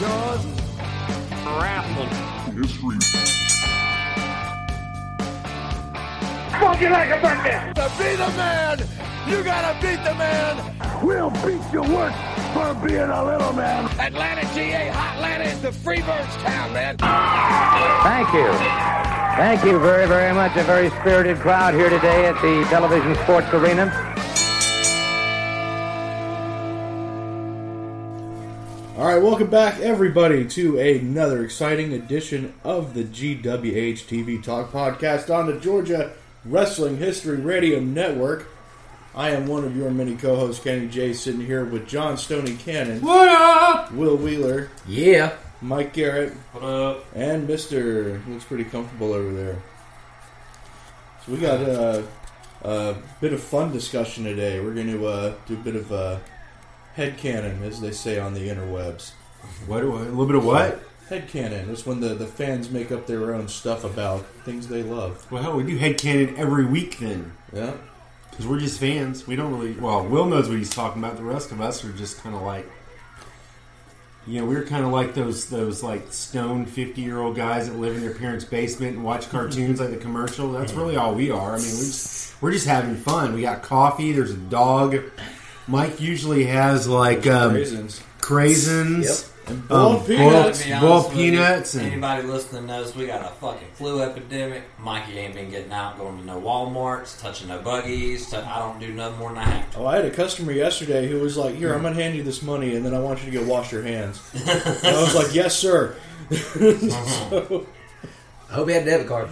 Jordan. Raffling. History. Funky like a Birdman. To be the man, you gotta beat the man. We'll beat your work for being a little man. Atlanta, GA, Hotlanta is the Freebirds town, man. Thank you. Thank you very, very much. A very spirited crowd here today at the Television Sports Arena. All right, welcome back, everybody, to another exciting edition of the GWH TV Talk Podcast on the Georgia Wrestling History Radio Network. I am one of your many co-hosts, Kenny J, sitting here with John Stoney Cannon, what up? Will Wheeler, Yeah. Mike Garrett, What up? and Mister looks pretty comfortable over there. So we got uh, a bit of fun discussion today. We're going to uh, do a bit of uh, head cannon, as they say on the interwebs. What? A little bit of what? Headcanon is when the, the fans make up their own stuff about things they love. Well, hell, we do headcanon every week then. Yeah? Because we're just fans. We don't really. Well, Will knows what he's talking about. The rest of us are just kind of like. You know, we're kind of like those those like stoned fifty year old guys that live in their parents' basement and watch cartoons like the commercial. That's really all we are. I mean, we just, we're just having fun. We got coffee. There's a dog. Mike usually has like um, Raisins. craisins, And boiled peanuts. boiled- boiled peanuts, You, and anybody listening knows we got a fucking flu epidemic. Mikey ain't been getting out, going to no Walmarts, touching no buggies. So I don't do nothing more than I have to. Oh, I had a customer yesterday who was like, Here, I'm going to hand you this money and then I want you to go wash your hands. and I was like, Yes, sir. so, I hope you had a debit card.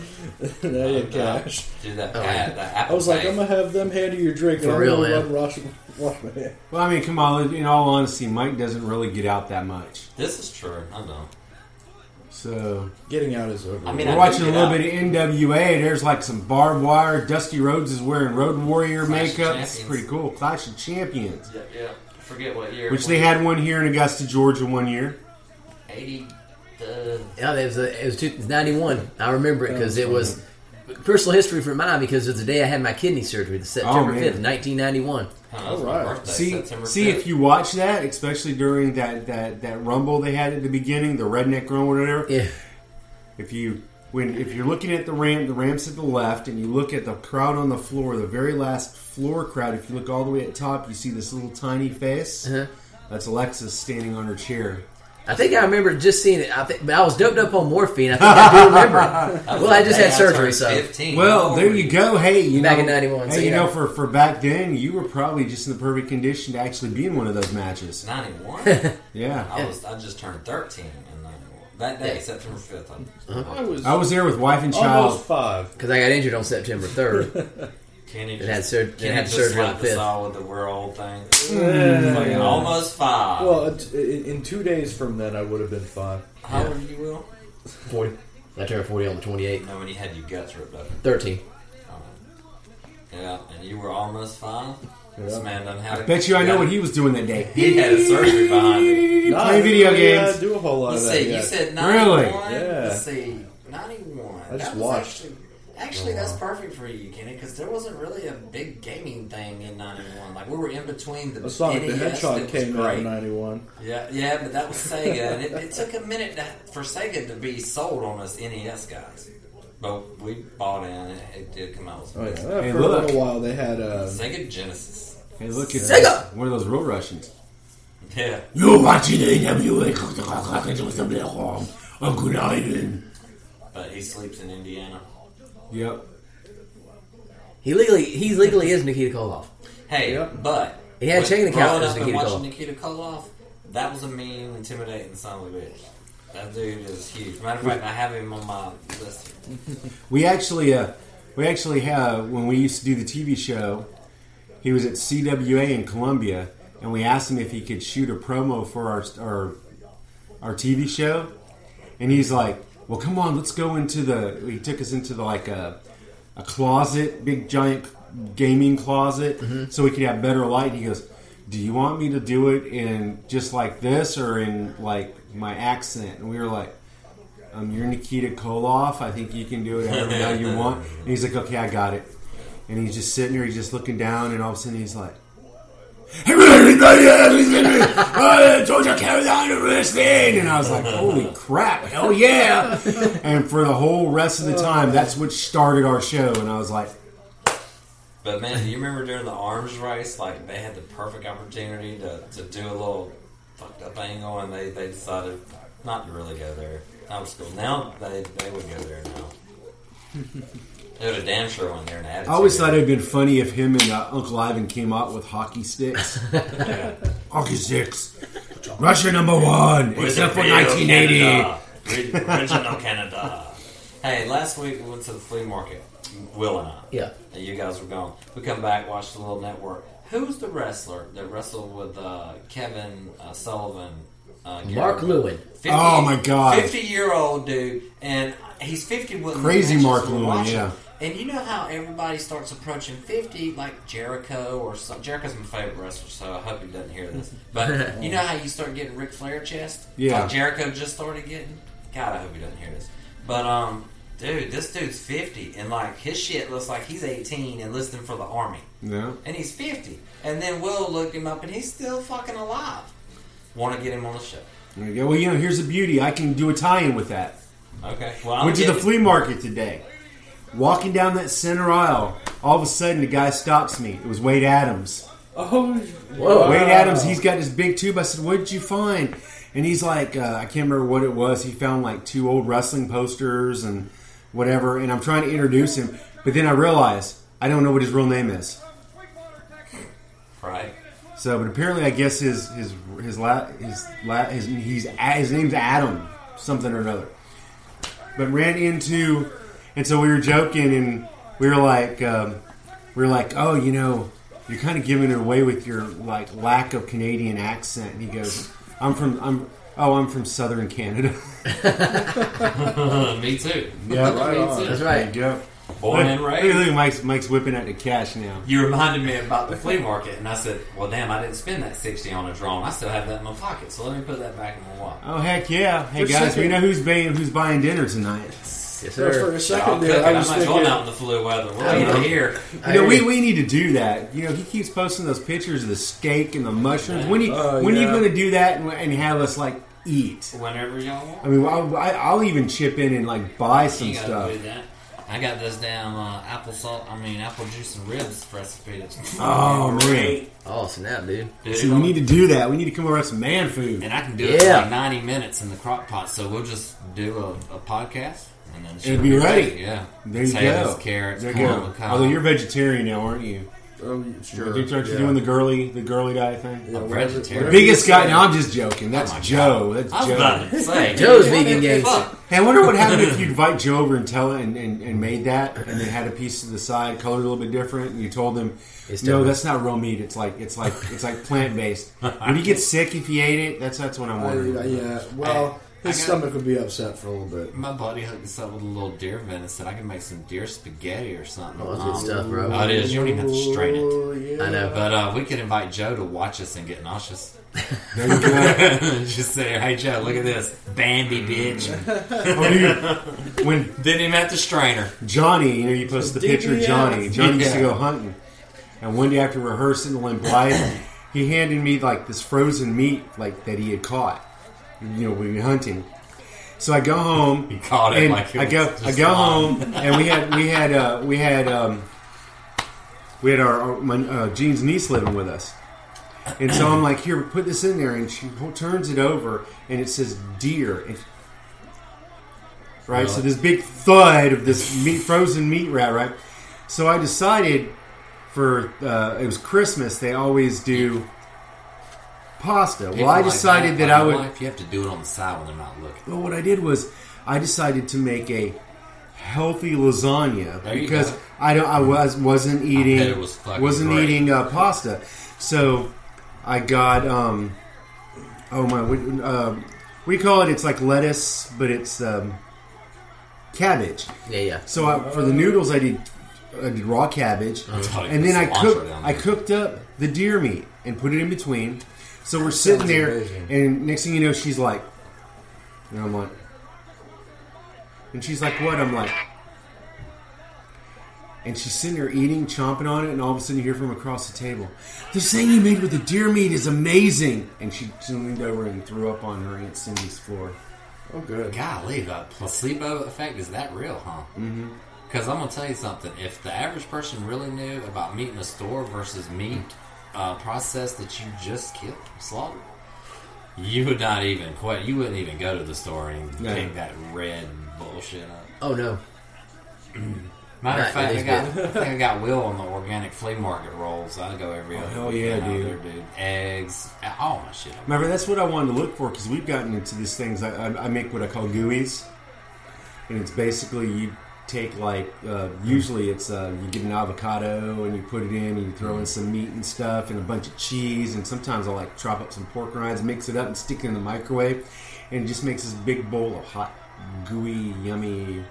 and I had cash. Do Oh, that. that, that Apple I was like, Pay. I'm going to have them hand you your drink and For I'm real, going to man. run wash, wash my hands. Well, I mean, come on. In all honesty, Mike doesn't really get out that much. This is true. I know. So Getting out is over. I mean, we're I watching a do get little out. bit of NWA. There's like some barbed wire. Dusty Rhodes is wearing Road Warrior Clash of makeup. It's Champions. pretty cool. Clash of Champions, Yeah, yeah. Forget what year. it which they was. had one here in Augusta, Georgia, one year. eighty. Uh, Yeah, it was, uh, it was two, 91. I remember it because it was personal history for mine because it's the day I had my kidney surgery, the September man. 5th, 1991. huh, that's Alright. my birthday. See, September see 5th. if you watch that, especially during that that that rumble they had at the beginning, the redneck rumble, or whatever. Yeah. If you when if you're looking at the ramp, the ramp's at the left, and you look at the crowd on the floor, the very last floor crowd. If you look all the way at top, you see this little tiny face. Uh-huh. That's Alexis standing on her chair. I think I remember just seeing it. I, think, but I was doped up on morphine. I think I do remember it. That was Well, I the just day had surgery, turned so. 15. Well, there you go. Hey, you Back know, in 91, Hey, so you yeah. know, for for back then, you were probably just in the perfect condition to actually be in one of those matches. Ninety-one. Yeah, I was. I just turned thirteen in ninety-one. That day, Yeah. September fifth. Uh-huh. I was I was there with wife and almost child. five. Because I got injured on September 3rd. Kenny It had sur- it Kenny had just surgery on slapped the us fifth. all with the we're old thing. Fucking almost five. Well, it- in, in two days from then, I would have been five. How old are you, Will? 40. I turned 40 on the 28th. No, when you had your guts ripped open. 13. Yeah, and you were almost five. This man done had. I a- bet you I know yeah, what he was doing that day. He had a surgery behind him. Nah, Playing I video didn't really, uh, games. do a whole lot You of that said you yet. said Really? ninety-one. Yeah. Let's see, ninety-one. I just That was watched. Actually, actually that's perfect for you, Kenny, because there wasn't really a big gaming thing in ninety-one. Like we were in between the The Sonic the NES Hedgehog that was came out in E great. '91. Yeah, yeah, but that was Sega, and it, it took a minute to, for Sega to be sold on us NES guys. But we bought in, and it, it did come out. With Oh, yeah. some Uh, Hey, For a look. little while, they had uh, Sega Genesis. Hey, look at Sega! this. one of those real Russians. Yeah, You're watching NWA. I'm good island. but he sleeps in Indiana. Yep. He legally, he legally is Nikita Koloff. Hey, Yep. but He had a with checking account growing as up and Nikita watching Koloff. Nikita Koloff. That was a mean, intimidating son of a bitch. That dude is huge. Matter of fact, I have him on my list. We actually, uh, we actually have when we used to do the TV show. He was at CWA in Columbia, and we asked him if he could shoot a promo for our our, our TV show, and he's like, "Well, come on, let's go into the." He took us into the like a a closet, big giant gaming closet, so we could have better light. And he goes, "Do you want me to do it in just like this or in like my accent?" And we were like. Um, you're Nikita Koloff. I think you can do it however how you want. And he's like, okay, I got it. And he's just sitting there, he's just looking down, and all of a sudden he's like, everybody, I told you carry on the Uh, wrestling, and I was like, holy crap, hell yeah! And for the whole rest of the time, that's what started our show, and I was like, But man, do you remember during the arms race? Like they had the perfect opportunity to, to do a little fucked up angle, and they, they decided not to really go there. That was cool. Now they they would go there now. they would have damn sure went there and added. I always thought it'd been funny if him and uh, Uncle Ivan came out with hockey sticks. hockey sticks, Russia number one, except for 1980. Original Canada. Hey, last week we went to the flea market. Will and I. Yeah. And you guys were gone. We come back, watch the little network. Who's the wrestler that wrestled with uh, Kevin uh, Sullivan? Uh, Gary? Mark Lewin. 50, Oh, my God. Fifty-year-old dude, and he's fifty. With Crazy Mark Lewin, yeah. And you know how everybody starts approaching fifty, like Jericho or some, Jericho's my favorite wrestler, so I hope he doesn't hear this. But you know how you start getting Ric Flair chest? Yeah. Like Jericho just started getting. God, I hope he doesn't hear this. But um, dude, this dude's fifty, and like his shit looks like he's eighteen and listening for the army No. and he's 50. And then Will looked him up, and he's still fucking alive. Want to get him on the show? There you go. Well, you know, here's the beauty. I can do a tie-in with that. Okay. Well, I'm Went to the getting- flea market today. Walking down that center aisle, all of a sudden the guy stops me. It was Wade Adams. Oh, Whoa. Wade Adams, he's got this big tube. I said, "What did you find?" And he's like, uh, "I can't remember what it was." He found like two old wrestling posters and whatever. And I'm trying to introduce him, but then I realized I don't know what his real name is. right. So, but apparently, I guess his his his la, his, la, his he's A- his name's Adam something or another. But ran into, and so we were joking, and we were like, um, we were like, oh, you know, you're kind of giving it away with your like lack of Canadian accent. And he goes, I'm from I'm oh I'm from Southern Canada. Uh, me too. Yeah, right me That's too. right. go. Born and Look, raised. look, Mike's Mike's whipping out the cash now. You reminded me about the flea market, and I said, "Well, damn, I didn't spend that sixty on a drone. I still have that in my pocket, so let me put that back in my wallet." Oh heck yeah! Hey For a guys, we second- know who's buying who's buying dinner tonight. Yes, for, sir. a I'll second cook it. there, I I might was as well thinking. out in the flu weather. We'll eat know. it here. You know, I we, agree. we need to do that. You know, he keeps posting those pictures of the steak and the mushrooms. When you Oh, when are you yeah. going to do that and, and have us like eat? Whenever y'all want. I mean, I'll, I- I'll even chip in and like buy some You gotta stuff. do that. I got this damn uh, apple salt. I mean, apple juice and ribs recipe. That's Oh man! Oh, snap, dude. Dude, See, we need to do that. We need to come over with some man food. And I can do it for Yeah. like 90 minutes in the crock pot, so we'll just do a, a podcast and then It'll be ready. Yeah. There you Potatoes, go. carrots, there you corn, go. pecan. Although you're vegetarian now, aren't you? Oh, sure. Aren't you yeah. doing the girly the girly guy thing? Yeah, I'm whatever- vegetarian. Oh whatever you Biggest say. guy? No, I'm just joking. That's Joe. That's I was Joe. about to say, Joe's what vegan the games. fuck? Hey, I wonder what happened if you invite Joe over and tell and, and, and made that, and then had a piece to the side, colored a little bit different, and you told him, It's "No, different." that's not real meat. It's like it's like it's like plant based." Would he get sick if he ate it? That's that's what I'm I, wondering. I- yeah. Well, I- his I got- stomach would be upset for a little bit. My buddy hooked us up with a little deer venison. Said I can make some deer spaghetti or something. Oh, that's good stuff, bro. Oh, it is. You don't even have to strain it. Oh, yeah. I know. But uh, we could invite Joe to watch us and get nauseous. There you go. just say, hey, Joe, look at this. Bambi, bitch. Oh, dude. When Didn't even have to strain her. Johnny, you know, you posted the picture of DPS. Johnny. Johnny used to Yeah. go hunting, and one day after rehearsing in Blythe, he handed me like this frozen meat like that he had caught. You know, we were hunting. So I go home. He caught it and like it I go, was I just go mine. home, and we had we had uh, we had um, we had our, our my, uh, Jean's niece living with us, and so I'm like, here, put this in there, and she ho- turns it over, and it says deer, and, right? So this big thud of this meat, frozen meat rat, right? So I decided for uh, it was Christmas, they always do pasta. Well, I People like decided that like I in would. life, you have to do it on the side when they're not looking. But what I did was I decided to make a healthy lasagna There you because go. I don't I was wasn't eating bet it was fucking not great. eating uh, pasta. So I got um oh my what, uh, we call it it's like lettuce but it's um, cabbage. Yeah, yeah. So I, for the noodles I did I did raw cabbage thought and you then I cilantro cooked down I there. cooked up the deer meat and put it in between. So we're sitting sounds there amazing. and next thing you know she's like and I'm like, and she's like, what? I'm like, And she's sitting there eating, chomping on it, and all of a sudden you hear from across the table, "This thing you made with the deer meat is amazing!" And she leaned over and threw up on her aunt Cindy's floor. Oh, good. Golly, the placebo effect is that real, huh? Mm-hmm. Because I'm gonna tell you something. If the average person really knew about meat in a store versus meat uh, processed that you just killed, slaughtered, you would not even quit. You wouldn't even go to the store and No. pick that red bullshit up. Oh no. Matter Not of fact, I these got, I think I got Will on the organic flea market rolls. I go every other Oh, hell weekend yeah, out dude. there, dude. Eggs, all my shit. Remember, that's what I wanted to look for because we've gotten into these things. I, I, I make what I call gooeys, and it's basically you take like uh, usually it's uh, you get an avocado and you put it in and you throw in some meat and stuff and a bunch of cheese and sometimes I like chop up some pork rinds, mix it up and stick it in the microwave, and it just makes this big bowl of hot, gooey, yummy.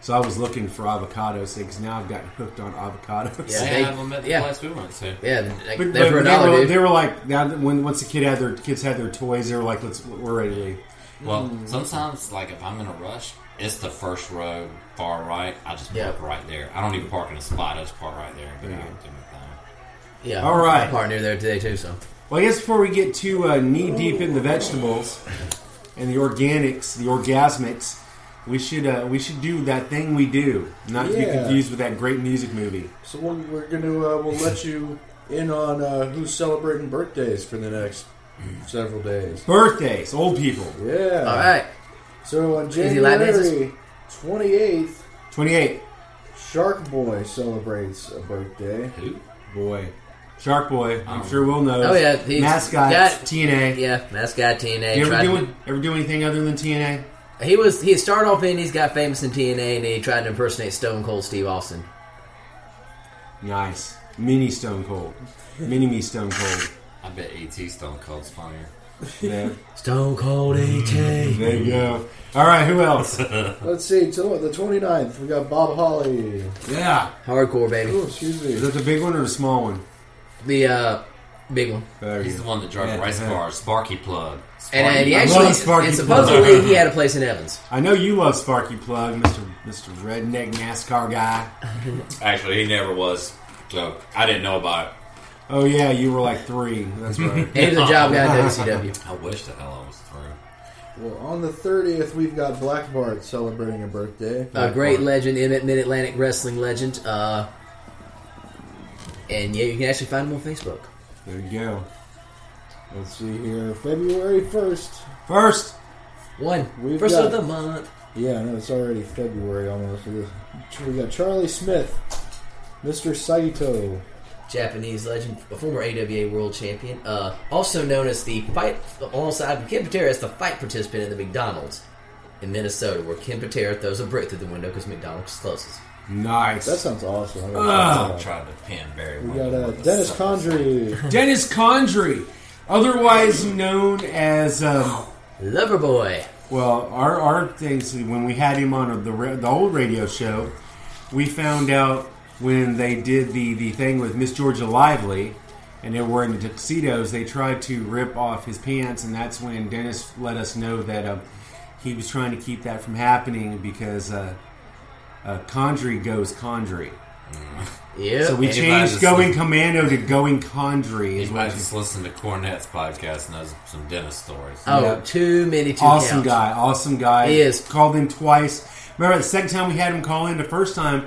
So I was looking for avocados because now I've gotten hooked on avocados. They, Yeah, have them at the yeah. place we went to. Yeah, like, But, they're but for a they, dollar, were, dude. they were like now that when once the kid had their kids had their toys, they were like, "Let's we're ready to leave." Well, sometimes, like, if I'm in a rush, it's the first row far right. I just park Yeah. right there. I don't even park in a spot. I just park right there. But I don't do my thing. Yeah. All right. My partner there today too. So Well, I guess before we get too uh, knee deep in the vegetables and the organics, the orgasmics, we should uh, we should do that thing we do, not to be Yeah. confused with that great music movie. So we'll, we're going to uh, we'll let you in on uh, who's celebrating birthdays for the next several days. Birthdays, old people, Yeah. all right. So on Easy lap January twenty eighth, twenty eight. Shark Boy celebrates a birthday. Boy, Shark Boy, I'm sure we'll know. Oh, yeah, he's mascots, got- TNA. Yeah, that's guy TNA. You tried ever to- do, ever do anything other than TNA? He was he started off in he's got famous in TNA and then he tried to impersonate Stone Cold Steve Austin. Nice, mini Stone Cold, mini me Stone Cold. I bet E.T. Stone Cold's funnier. Yeah. Stone Cold AT. There you go. All right, who else? Let's see, till the 29th, we got Bob Holly. yeah. Hardcore Oh, baby. excuse Is me. that the big one or the small one? The uh big one. There He's the one that drove Yeah, race yeah. cars. Sparky Plug. Sparky And, uh, and he I actually love Sparky and supposedly he had a place in Evans. I know you love Sparky Plug, Mister Mister Redneck NASCAR guy. Actually, he never was. So I didn't know about it. Oh yeah, you were like three. That's right. And he was a job guy in WCW. I wish the hell I was through. Well, on the 30th, we've got Black Bart celebrating a birthday. A great legend, Emmett Mid Atlantic wrestling legend. Uh and yeah, you can actually find him on Facebook. there you go. Let's see here. February 1st. First, One first We've of got- the month. Yeah, I know it's already February almost. We got Charlie Smith, Mr. Saito. Japanese legend, a former AWA world champion, uh, also known as the fight alongside Kim Patera as the fight participant in the McDonald's in Minnesota, where Kim Patera throws a brick through the window because McDonald's closes. nice. That sounds awesome. I'm gonna Ah. I check that out. tried to pin Barry. we Windham got uh, with a Dennis sucker. Condry. Dennis Condry, otherwise known as um, Lover boy. well, our our things when we had him on the ra- the old radio show, we found out when they did the the thing with Miss Georgia Lively. And they were wearing the tuxedos. They tried to rip off his pants, and that's when Dennis let us know that um, he was trying to keep that from happening because uh, uh, Condry goes Condry. Yeah. So we Anybody changed that's going listening- commando to going Condry. Is Anybody what just listened to Cornette's podcast knows some Dennis stories. oh, yeah. too many two awesome counts. guy, awesome guy. He is. called in twice. Remember the second time we had him call in. The first time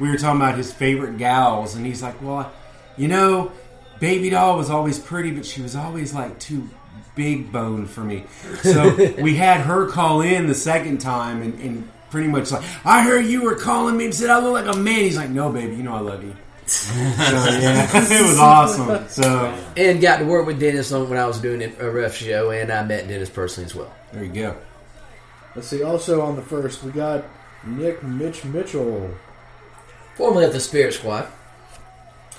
we were talking about his favorite gals, and he's like, "Well, you know, Baby Doll was always pretty, but she was always like too big bone for me." So we had her call in the second time, and, and pretty much like, "I heard you were calling me and said I look like a man." He's like, "No, baby, you know I love you." so yeah, it was awesome. So And got to work with Dennis on when I was doing a ref show, and I met Dennis personally as well. there you go. Let's see, also on the 1st, we got Nick Mitch Mitchell. Formerly of the Spirit Squad.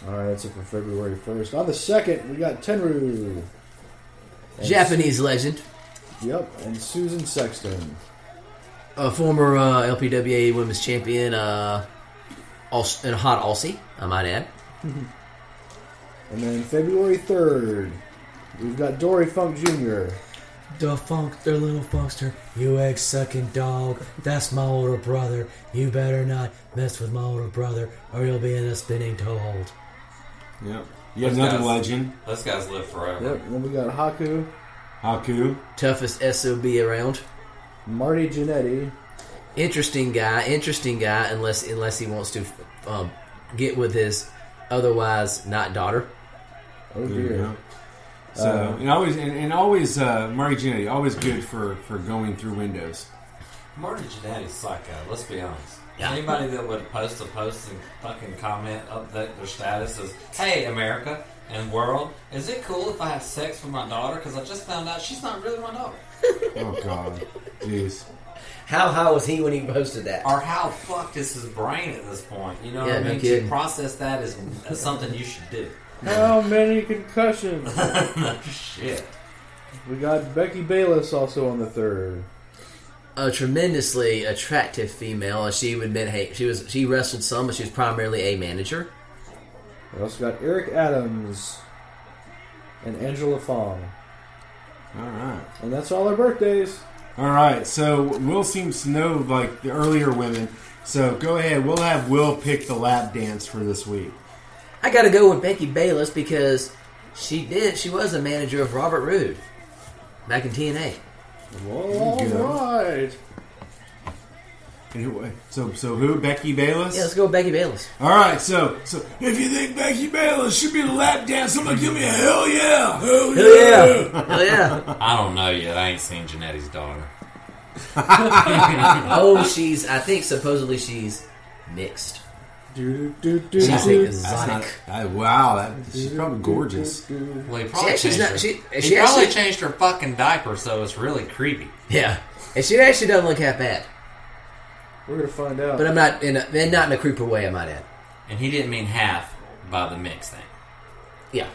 All right, that's it for February 1st. On the 2nd, we got Tenru. And- Japanese legend. Yep, and Susan Sexton. A former uh, LPWA women's champion, uh, Aus- and a hot Aussie, I might add. And then February 3rd, we've got Dory Funk Jr. Defunk their little funkster, you egg sucking dog. That's my older brother. You better not mess with my older brother, or you'll be in a spinning toehold. Yep. You have another legend, Those guys live forever. Yep. Then we got Haku, Haku. Toughest SOB around. Marty Jannetty, Interesting guy, interesting guy, unless unless he wants to um, get with his otherwise not daughter. oh There you dear, go. So and always and, and always uh, Murray Jannetty, always good for for going through windows. Marty Jannetty's psycho. Let's be honest. Anybody that would post a post and fucking comment update their status is, "Hey America and world, is it cool if I have sex with my daughter? Because I just found out she's not really my daughter." Oh God, jeez. How high was he when he posted that? Or how fucked is his brain at this point? You know Yeah, what I no mean? to kidding. process that is, is something you should do. how many concussions? no shit. we got Becky Bayless also on the third. a tremendously attractive female, and she would been hey, she was she wrestled some, but she was primarily a manager. We also got Eric Adams and Angela Fong, All right. and that's all our birthdays. All right, so Will seems to know like the earlier women. So go ahead, we'll have Will pick the lap dance for this week. I got to go with Becky Bayless because she did she was a manager of Robert Roode back in TNA. Well, all you go. right. And who- So so who? Becky Bayless. Yeah, let's go with Becky Bayless. All right, so so if you think Becky Bayless should be the lap dance, somebody give me a hell yeah, hell yeah. yeah, oh yeah. I don't know yet. I ain't seen Janetti's daughter. Oh, she's I think supposedly she's mixed. Do, do, do, She's do, That's not- exotic. I- wow, that, she's probably gorgeous. Well, he probably Yeah, she's changed not- her. she- he she probably actually- changed her fucking diaper, so it's really creepy. Yeah, and she actually doesn't look half bad. We're gonna find out. But uh, I'm not in a, and not in a creeper way. I might add. And he didn't mean half by the mix thing. Yeah,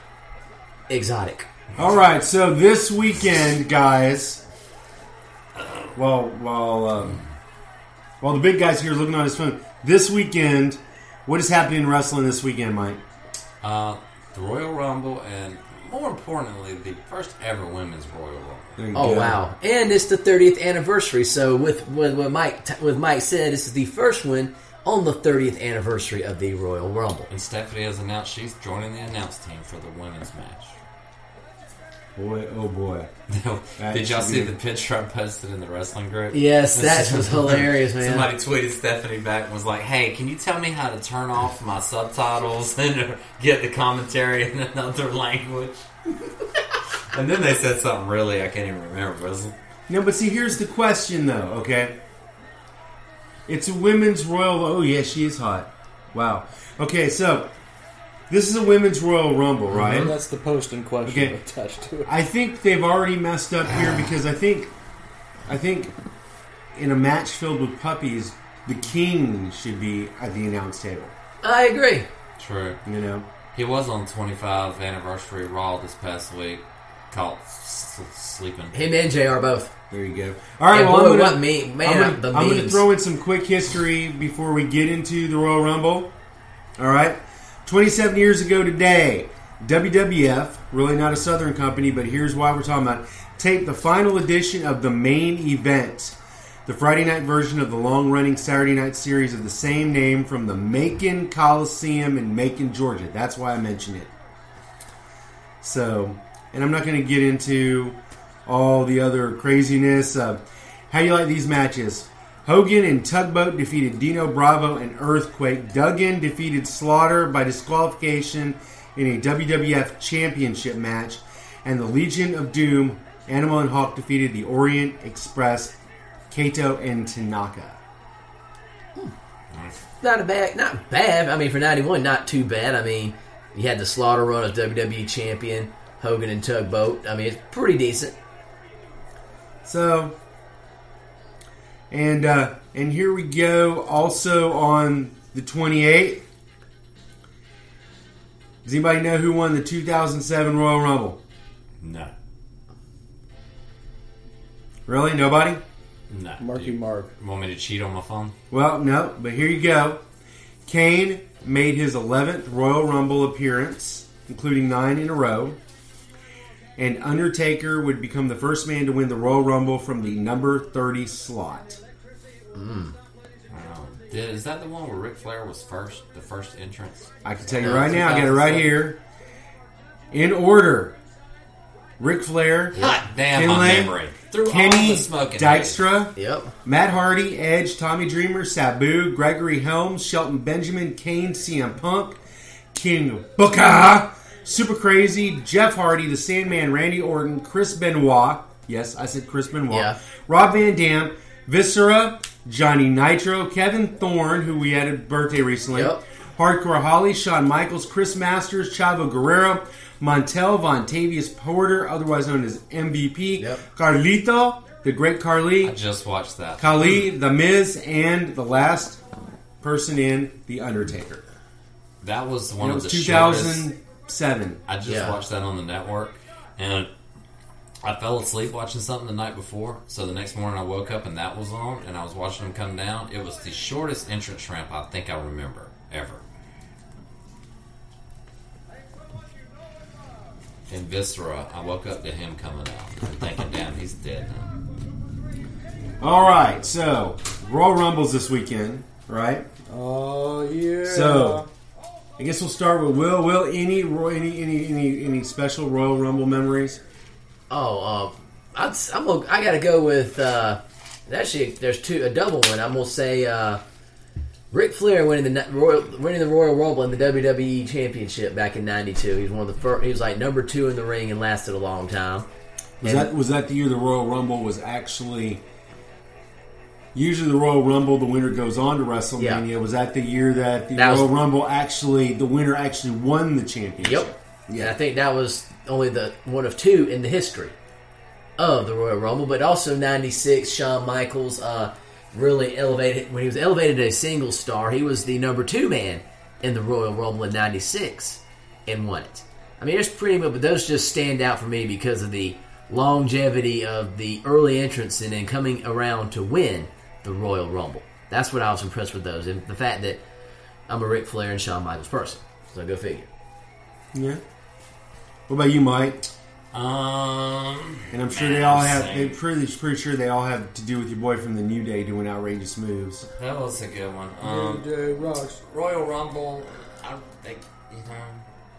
exotic. All right, so this weekend, guys. While while um, while the big guy's here looking on his phone, this weekend, what is happening in wrestling this weekend, Mike? Uh, the Royal Rumble, and more importantly, the first ever women's Royal Rumble. There you Oh go. wow! And it's the 30th anniversary. So with with what Mike t- with Mike said, this is the first one on the 30th anniversary of the Royal Rumble. And Stephanie has announced she's joining the announce team for the women's match. Boy, oh boy! Did y'all should see be- the picture I posted in the wrestling group? Yes, that was hilarious, man. Somebody tweeted Stephanie back and was like, "Hey, can you tell me how to turn off my subtitles and get the commentary in another language?" and then they said something really I can't even remember. But it was- No, but see, here's the question, though. Okay, it's a women's Royal. Oh yeah, she is hot. Wow. Okay, so this is a women's Royal Rumble, right? Mm-hmm. And that's the post in question Okay. attached to it. I think they've already messed up here because I think, I think, in a match filled with puppies, the king should be at the announce table. I agree. true. You know, He was on 25 anniversary Raw this past week, caught s- sleeping. Him and Jr. both. there you go. All right, And well, boy, I'm gonna, what me- man, I'm gonna- the I'm gonna memes. throw in some quick history before we get into the Royal Rumble. All right, 27 years ago today, WWF, really not a Southern company, but here's why we're talking about, it, taped the final edition of the main event. the Friday night version of the long running Saturday night series of the same name from the Macon Coliseum in Macon, Georgia. That's why I mentioned it. So, and I'm not going to get into all the other craziness. Uh, how do you like these matches? Hogan and Tugboat defeated Dino Bravo and Earthquake. Duggan defeated Slaughter by disqualification in a WWF Championship match. And the Legion of Doom, Animal and Hawk, defeated the Orient Express Kato and Tanaka. Not a bad, not bad. I mean, for '91, not too bad. I mean, you had the Slaughter run of WWE champion Hogan and Tugboat. I mean, it's pretty decent. So, and uh, and here we go. Also on the 28th, does anybody know who won the 2007 Royal Rumble? No, Really, nobody? no. Marky You Mark. want me to cheat on my phone? Well, no. But here you go. Kane made his 11th Royal Rumble appearance, including nine in a row. and Undertaker would become the first man to win the Royal Rumble from the number 30 slot. Wow. Did- Is that the one where Ric Flair was first, the first entrance? I can tell you No, right now, I got it right 2007. here. In order Ric Flair, Hot damn, Ken my Lane, memory. Through all Kenny the smoking. Dykstra, Yep. Matt Hardy, Edge, Tommy Dreamer, Sabu, Gregory Helms, Shelton Benjamin, Kane, CM Punk, King Booker, Super Crazy, Jeff Hardy, The Sandman, Randy Orton, Chris Benoit. Yes, I said Chris Benoit. Yeah. Rob Van Dam, Viscera, Johnny Nitro, Kevin Thorne, who we had a birthday recently. Yep. Hardcore Holly, Shawn Michaels, Chris Masters, Chavo Guerrero, Montel, Vontavious Porter, otherwise known as MVP, Yep. Carlito, the great Carly, I just watched that. Kali, The Miz, and the last person in, The Undertaker. That was one And it of the was shortest. 2007. I just Yeah. watched that on the network, and I fell asleep watching something the night before. So the next morning I woke up and that was on, and I was watching him come down. It was the shortest entrance ramp I think I remember ever. In Viscera, I woke up to him coming out and thinking, damn, he's dead now. All right, so Royal Rumbles this weekend, right? Oh yeah. So I guess we'll start with Will. Will any Roy- any any any any special Royal Rumble memories? Oh, um, I'd, s- I'm gonna, I gotta go with uh, actually. There's two a double one. I'm gonna say uh, Ric Flair winning the na- Royal winning the Royal Rumble and the WWE Championship back in '92. He was one of the first. He was like number two in the ring and lasted a long time. Was And- that was that the year the Royal Rumble was actually? Usually, the Royal Rumble, the winner goes on to WrestleMania. Was that the year that the That was- Royal Rumble actually, the winner actually won the championship? Yep. And I think that was only the one of two in the history of the Royal Rumble, but also '96. Shawn Michaels uh, really elevated when he was elevated to a single star. He was the number two man in the Royal Rumble in '96 and won it. I mean, there's pretty much, but those just stand out for me because of the longevity of the early entrance and then coming around to win the Royal Rumble. That's what I was impressed with those, and the fact that I'm a Ric Flair and Shawn Michaels person. So go figure. Yeah. What about you, Mike? Um, And I'm sure they all have. same. They pretty pretty sure they all have to do with your boy from the New Day doing outrageous moves. that was a good one. Um, DJ Rocks. Royal Rumble, I think, you know,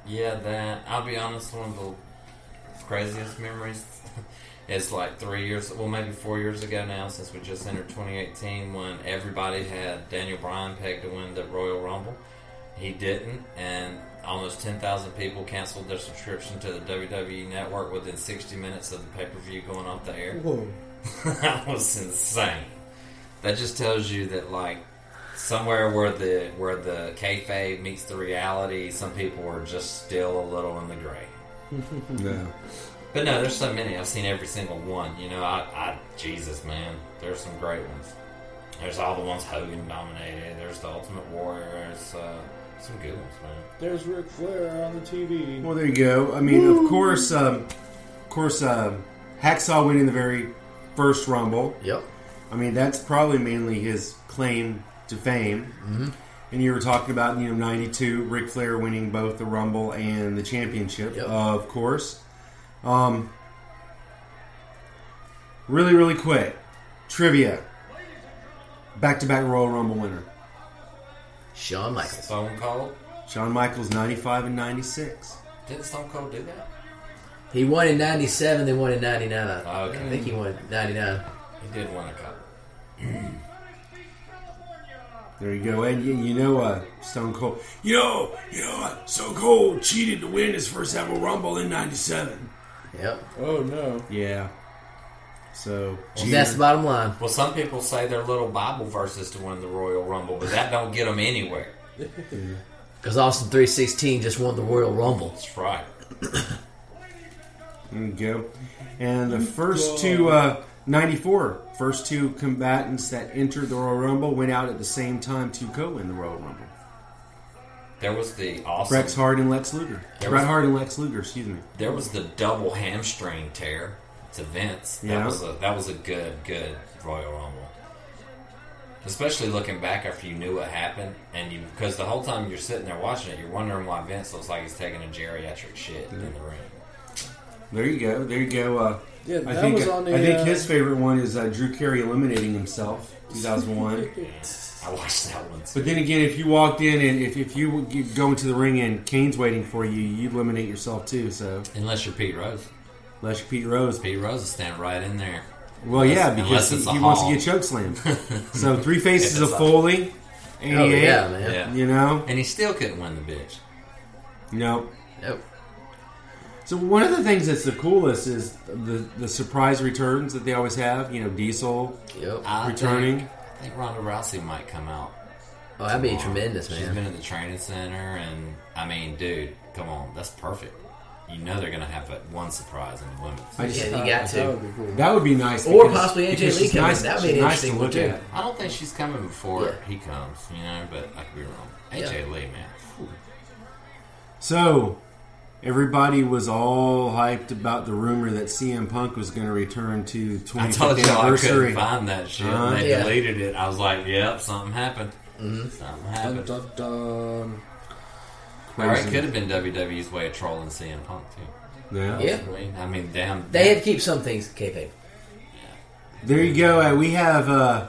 yeah, that. I'll be honest, one of the craziest memories is like three years, well, maybe four years ago now, since we just entered 2018, when everybody had Daniel Bryan pegged to win the Royal Rumble. He didn't, and almost 10,000 people canceled their subscription to the WWE Network within 60 minutes of the pay per view going off the air. Whoa. that was insane. That just tells you that like somewhere where the where the kayfabe meets the reality, some people are just still a little in the gray. Yeah. But no, there's so many. I've seen every single one. You know, I, I Jesus man, there's some great ones. There's all the ones Hogan dominated. There's the Ultimate Warrior. There's uh, some good ones, man. There's Ric Flair on the TV. Well, there you go. I mean, of course, um, of course, um, Hacksaw winning the very first Rumble. Yep. I mean, that's probably mainly his claim to fame. Mm-hmm. And you were talking about you know '92, Ric Flair winning both the Rumble and the championship, Yep. of course. Um, really, really quick trivia: back-to-back Royal Rumble winner Shawn Michaels. Stone Cold Shawn Michaels '95 and '96. didn't Stone Cold do that? He won in 97, then won in 99. I- Ah, Okay. I think he won 99. He did win a couple. There you go, and you, you know uh, Stone Cold. You know, you know, uh, Stone Cold cheated to win his first ever Rumble in '97. Yep. Oh no. Yeah. So That's the bottom line. Well, some people say they're little Bible verses to win the Royal Rumble, but that don't get them anywhere. Because Austin 316 just won the Royal Rumble. That's right. There you go. And the first two, uh, 94, first two combatants that entered the Royal Rumble went out at the same time to go in the Royal Rumble. There was the awesome. Bret Hart and Lex Luger. There Bret was- Hart and Lex Luger, excuse me. There was the double hamstring tear to Vince. That Yeah. was a that was a good good Royal Rumble. Especially looking back after you knew what happened, and you because the whole time you're sitting there watching it, you're wondering why Vince looks like he's taking a geriatric shit in the ring. There you go. There you go. Uh, Yeah, I that think was on the, I think uh, his favorite one is uh, Drew Carey eliminating himself, 2001. I watched that one. but then again, if you walked in and if, if you would- you go into the ring and Kane's waiting for you, you'd eliminate yourself too. So Unless you're Pete Rose. unless you're Pete Rose, Pete Rose will stand right in there. well, yeah, because Unless he, it's a he wants to hall. get choke slammed. so three faces If of it's a- Foley, 88. Oh, yeah, man. Yeah. You know, And he still couldn't win the bitch. no. Nope. So one of the things that's the coolest is the the surprise returns that they always have. You know, Diesel Yep. I returning. Think, I think Ronda Rousey might come out. Oh, that'd be tomorrow. tremendous, She's man. been at the training center, and I mean, dude, come on, that's perfect. You know they're gonna have that one surprise in the women's. I Yeah, just, you got That to. would be cool. that would be nice, Or because- possibly AJ because Lee she's coming. nice- That'd be she's an nice to interesting one, look too. at. I don't think she's coming before Yeah. he comes, you know, but I could be wrong. AJ Lee, man. Whew. So, everybody was all hyped about the rumor that CM Punk was going to return to I told 25th you I anniversary. couldn't find that shit. Huh? and they Yeah. Mm-hmm. deleted it. I was like, yep, something happened. Something Dun, happened. dun, dun. Or it Crazy. could have been WWE's way of trolling CM Punk, too. Yeah. Yeah. I mean, I mean damn. They had to keep some things kayfabe. There you go. Uh, we have uh,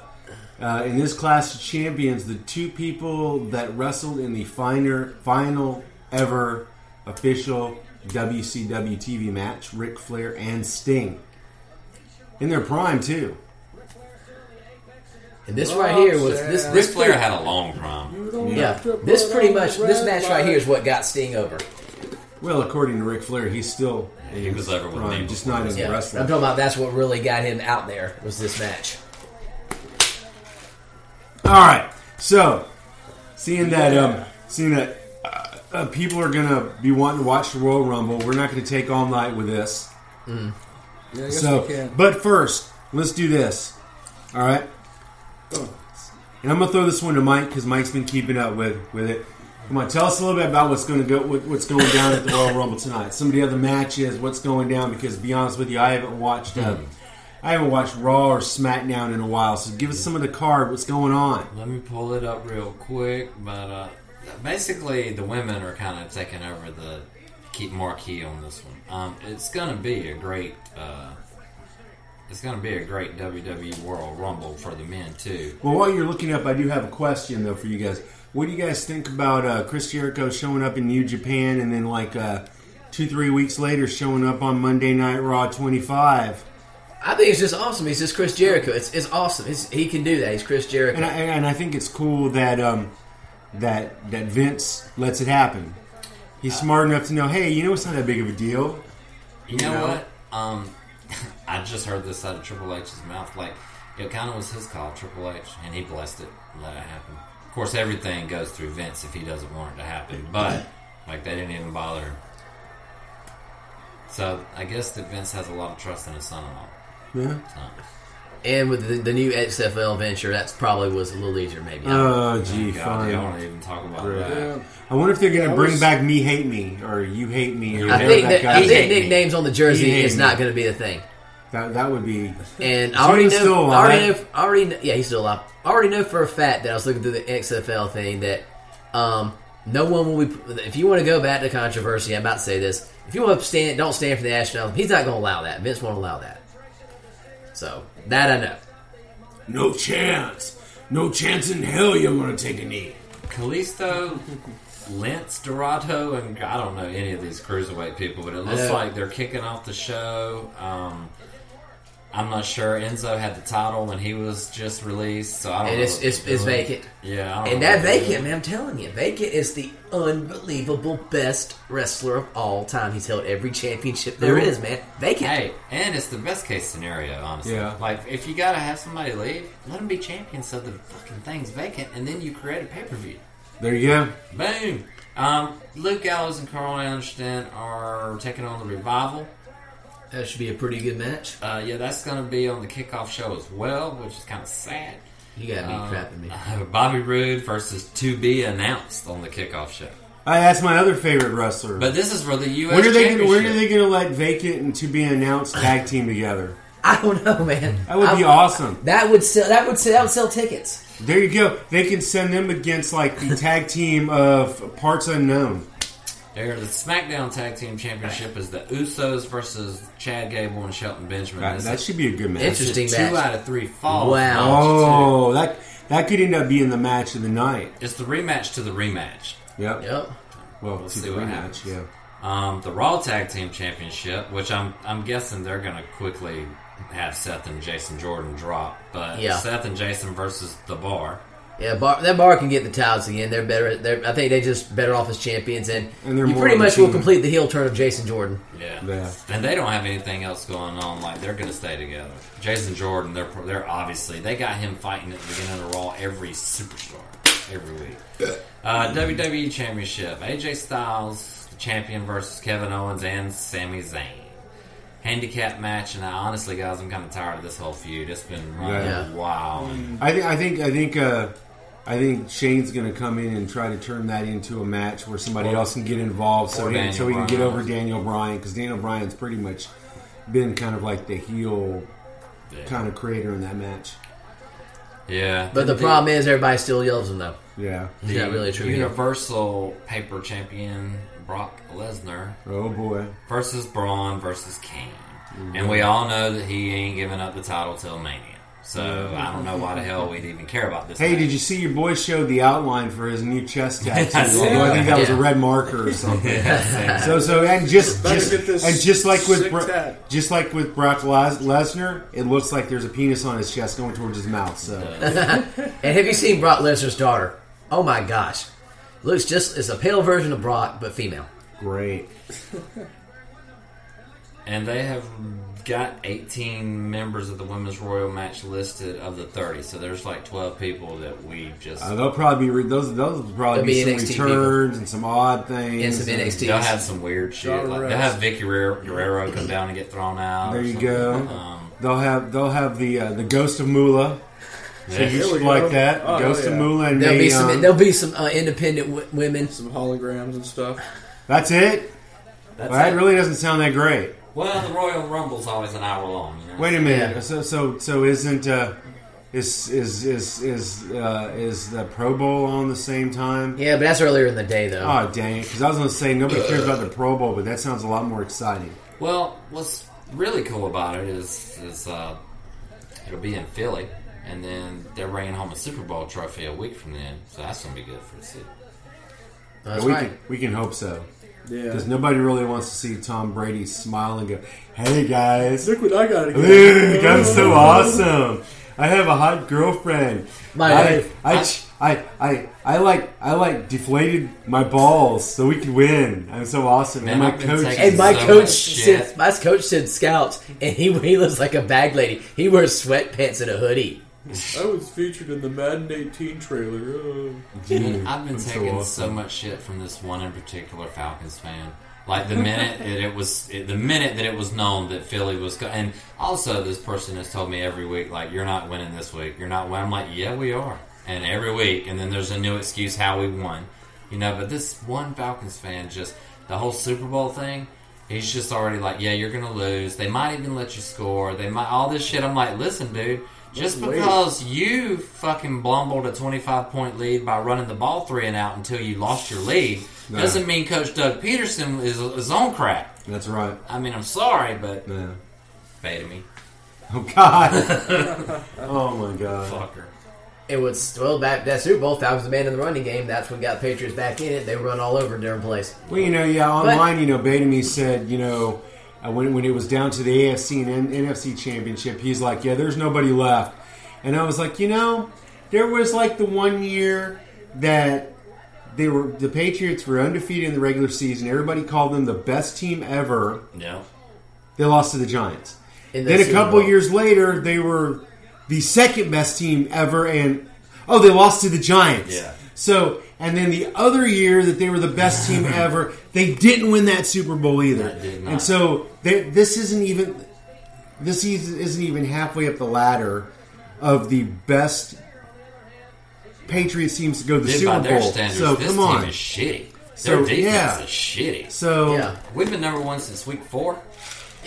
uh, in this class of champions the two people that wrestled in the finer, final ever official WCW TV match: Ric Flair and Sting. In their prime too. And this right here was this Ric this Flair had a long prime. You don't Yeah, have to this put pretty on much the this red match right here light. is what got Sting over. Well, according to Ric Flair, he's still in He was his over with prime, me just before not this. as Yeah, a I'm wrestler. talking about that's what really got him out there was this match. All right. So, seeing that, um, seeing that uh, uh, people are gonna be wanting to watch the Royal Rumble, we're not gonna take all night with this. Yeah, I guess we So, can. but first, let's do this. All right. Oh. And I'm gonna throw this one to Mike because Mike's been keeping up with with it. Come on, tell us a little bit about what's going to go, what- what's going down at the Royal Rumble tonight. Some of the other matches, what's going down? Because to be honest with you, I haven't watched, uh, I haven't watched Raw or SmackDown in a while. So give us some of the card. What's going on? Let me pull it up real quick, but uh, basically the women are kind of taking over the keep marquee on this one. Um, it's gonna be a great, uh, it's gonna be a great WWE World Rumble for the men too. Well, while you're looking up, I do have a question though for you guys. What do you guys think about uh, Chris Jericho showing up in New Japan and then like uh, two, three weeks later showing up on Monday Night Raw 25? I think it's just awesome. He's just Chris Jericho. It's it's awesome. It's, he can do that. He's Chris Jericho. And I, and I think it's cool that um, that that Vince lets it happen. He's smart enough to know, hey, you know it's not that big of a deal. You know Yeah. what? Um, I just heard this out of Triple H's mouth. Like it kind of was his call, Triple H, and he blessed it, and let it happen. Of course, everything goes through Vince if he doesn't want it to happen, but like they didn't even bother. So I guess that Vince has a lot of trust in his son-in-law. Yeah. So, and with the, the new XFL venture, that's probably was a little easier maybe. Oh, gee, God, fine. they don't wanna even talk about Great. that. Yeah. I wonder if they're going I to bring was- back "Me Hate Me" or "You Hate Me." Or I whatever think that, that, guy's I think name- nicknames on the jersey He- is not going to be a thing. That, that would be. And So I already know, he's still I already know, alive? I already know, yeah, he's still alive. I already know for a fact that I was looking through the XFL thing that um, no one will be. If you want to go back to controversy, I'm about to say this. If you want to stand, don't stand for the national anthem. He's not going to allow that. Vince won't allow that. So that I know. No chance. No chance in hell you're going to take a knee. Kalisto, Lance Dorado, and I don't know any of these cruiserweight people, but it looks know. like they're kicking off the show. Um, I'm not sure. Enzo had the title when he was just released, so I don't And know. it's what it's, they're it's doing. vacant. Yeah, I don't And know that what they're vacant, man, I'm telling you, vacant is the unbelievable best wrestler of all time. He's held every championship there Who? is, man. Vacant. Hey, and it's the best case scenario, honestly. Yeah. Like, if you gotta have somebody leave, let them be champion so the fucking thing's vacant, and then you create a pay per view. There you go. Boom. Um, Luke Gallows and Carl Anderson are taking on the revival. That should be a pretty good match. Uh, yeah, that's going to be on the kickoff show as well, which is kind of sad. You gotta be crapping me. Uh, Bobby Roode versus to be announced on the kickoff show. I, Ah, that's my other favorite wrestler. But this is for the U.S. when are they? Gonna, Championship. when are they going to let vacant and to be announced tag team together? I don't know, man. That would be I- awesome. That would sell. That would sell. That would sell tickets. There you go. They can send them against like the tag team of Parts Unknown. There, the SmackDown Tag Team Championship is the Usos versus Chad Gable and Shelton Benjamin. That- This that is should be a good match. Interesting two match. out of three falls. Wow. Oh, that that could end up being the match of the night. It's the rematch to the rematch. Yep. Yep. Well, We'll to see the what rematch. happens. Yeah. Um, the Raw Tag Team Championship, which I'm I'm guessing they're gonna quickly have Seth and Jason Jordan drop, but Yeah. Seth and Jason versus the Bar. Yeah, bar, that bar can get the titles again. They're better. They're, I think they just better off as champions, and, And they're you more pretty of a much will team. complete the heel turn of Jason Jordan. Yeah. Yeah. and they don't have anything else going on. Like they're gonna stay together. Jason Jordan, they're they're obviously they got him fighting at the beginning of the Raw every superstar every week. Uh, WWE Championship: AJ Styles, the champion, versus Kevin Owens and Sami Zayn. Handicap match, and I honestly, guys, I'm kind of tired of this whole feud. It's been running Yeah. a while. And I, th- I think I think uh, I think Shane's going to come in and try to turn that into a match where somebody else can get involved, so or he, so Daniel we can get Bryan. over Daniel Bryan because Daniel Bryan's pretty much been kind of like the heel kind of creator in that match. yeah, But the problem is, everybody still yells him though. Yeah. He's not really a true heel. Universal Paper Champion Brock Lesnar Oh boy. versus Braun versus Kane. Mm-hmm. And we all know that he ain't giving up the title till Mania. So I don't know why the hell we'd even care about this. Hey, did you see your boy showed the outline for his new chest tattoo? I saw Although I think that was a Yeah. red marker or something. So so and just Better just get this and just like with sick Bro- tat. just like with Brock Les- Lesnar, it looks like there's a penis on his chest going towards his mouth. So And have you seen Brock Lesnar's daughter? Oh my gosh, looks just it's a pale version of Brock but female. great. And they have got 18 members of the women's royal match listed of the 30. So there's like 12 people that we just. Uh, they'll probably be re- those those will probably There'll be, be some NXT returns and some odd things. And some NXT. They'll have some weird shit. Charlotte Like, they'll Rose. have Vicky Guerrero, Guerrero come down and get thrown out. There or you something. go. Um, They'll have they'll have the uh, the ghost of Moolah. So Yeah. There you we should like go. that Oh, ghost hell of yeah. Moolah and um, There'll Mae be some Young. there'll be some uh, independent w- women. Some holograms and stuff. That's it. that's Well, that it. really doesn't sound that great. well, the Royal Rumble's always an hour long. You know? Wait a minute. So so so isn't uh, is is is is uh, is the Pro Bowl on the same time? Yeah, but that's earlier in the day though. Oh dang it! Because I was going to say nobody cares about the Pro Bowl, but that sounds a lot more exciting. Well, what's really cool about it is is uh, it'll be in Philly, and then they're bringing home a Super Bowl trophy a week from then, so that's gonna be good for the city. that's we right. can we can hope so. Yeah. Because nobody really wants to see Tom Brady smile and go, "Hey guys, Look what I got look, I'm Oh. so awesome. I have a hot girlfriend. Oh. My I, wife. I, ch- I, I, I like, I like deflated my balls so we can win. I'm so awesome. Man, and my I've been coach, taking- And my So coach much said, shit. my coach said scouts, and he he looks like a bag lady. He wears sweatpants and a hoodie. I was featured in the Madden 18 trailer. Oh. I've been so taking so, awesome. much shit from this one in particular Falcons fan. Like the minute that it was, the minute that it was known that Philly was, go- and also this person has told me every week, like you're not winning this week, you're not winning. I'm like, yeah, we are, and every week, and then there's a new excuse how we won, you know. But this one Falcons fan, just the whole Super Bowl thing, he's just already like, yeah, you're gonna lose. They might even let you score. They might all this shit. I'm like, listen, dude, just Wait. because you fucking blumbled a 25 point lead by running the ball three and out until you lost your lead doesn't mean Coach Doug Peterson is, is on crack. That's right. I mean, I'm sorry, but Yeah. beta me. Oh God. oh my God. Fucker. It was well back that Super Bowl. Falcons abandoned the running game. That's when got the Patriots back in it. They run all over different place. Well, you know, yeah, online, you know, Betamy said, you know, uh, when, when it was down to the AFC and N- NFC championship, he's like, yeah, there's nobody left. And I was like, you know, there was like the one year that they were the Patriots were undefeated in the regular season. Everybody called them the best team ever. No. They lost to the Giants. In the Then a Super couple Bowl. years later, they were the second best team ever, and oh, they lost to the Giants. Yeah. So, and then the other year that they were the best team ever, they didn't win that Super Bowl either. They did not. And so, they, this isn't even this season isn't even halfway up the ladder of the best Patriots teams to go to the Dude, Super by their Bowl. standards, So, this come team on. is shitty. So, Their defense yeah. is shitty. So, Yeah, We've been number one since week four.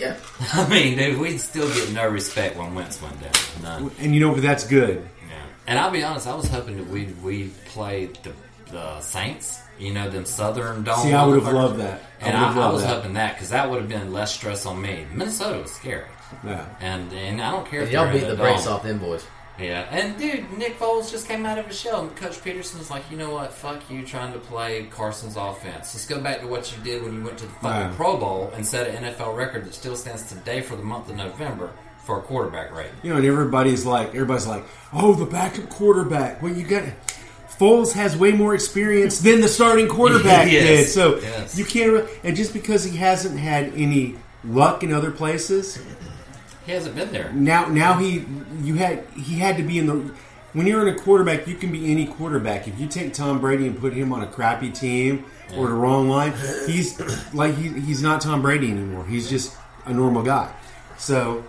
yeah. I mean, dude, we still get no respect when Wentz went down. None. and you know, but that's good. Yeah. And I'll be honest, I was hoping that we'd we play the the Saints. You know them Southern Dome. See, I would've motherfuckers. loved that. I and I, would've I loved was that. hoping that because that would have been less stress on me. Minnesota was scary, Yeah. and and I don't care if Y'all they're beat in the the brakes dome. off them boys. Yeah, and dude, Nick Foles just came out of his shell, and Coach Peterson was like, "You know what? Fuck you, trying to play Carson's offense. Let's go back to what you did when you went to the fucking Right. Pro Bowl and set an NFL record that still stands today for the month of November for a quarterback rating." You know, and everybody's like, everybody's like, oh, the backup quarterback. Well, you got Foles has way more experience than the starting quarterback Yes, did. So yes. you can't. re- And just because he hasn't had any luck in other places, He hasn't been there. now now he you had he had to be in the. When you're in a quarterback, you can be any quarterback. If you take Tom Brady and put him on a crappy team or the wrong line, he's like he, he's not Tom Brady anymore. He's just a normal guy. So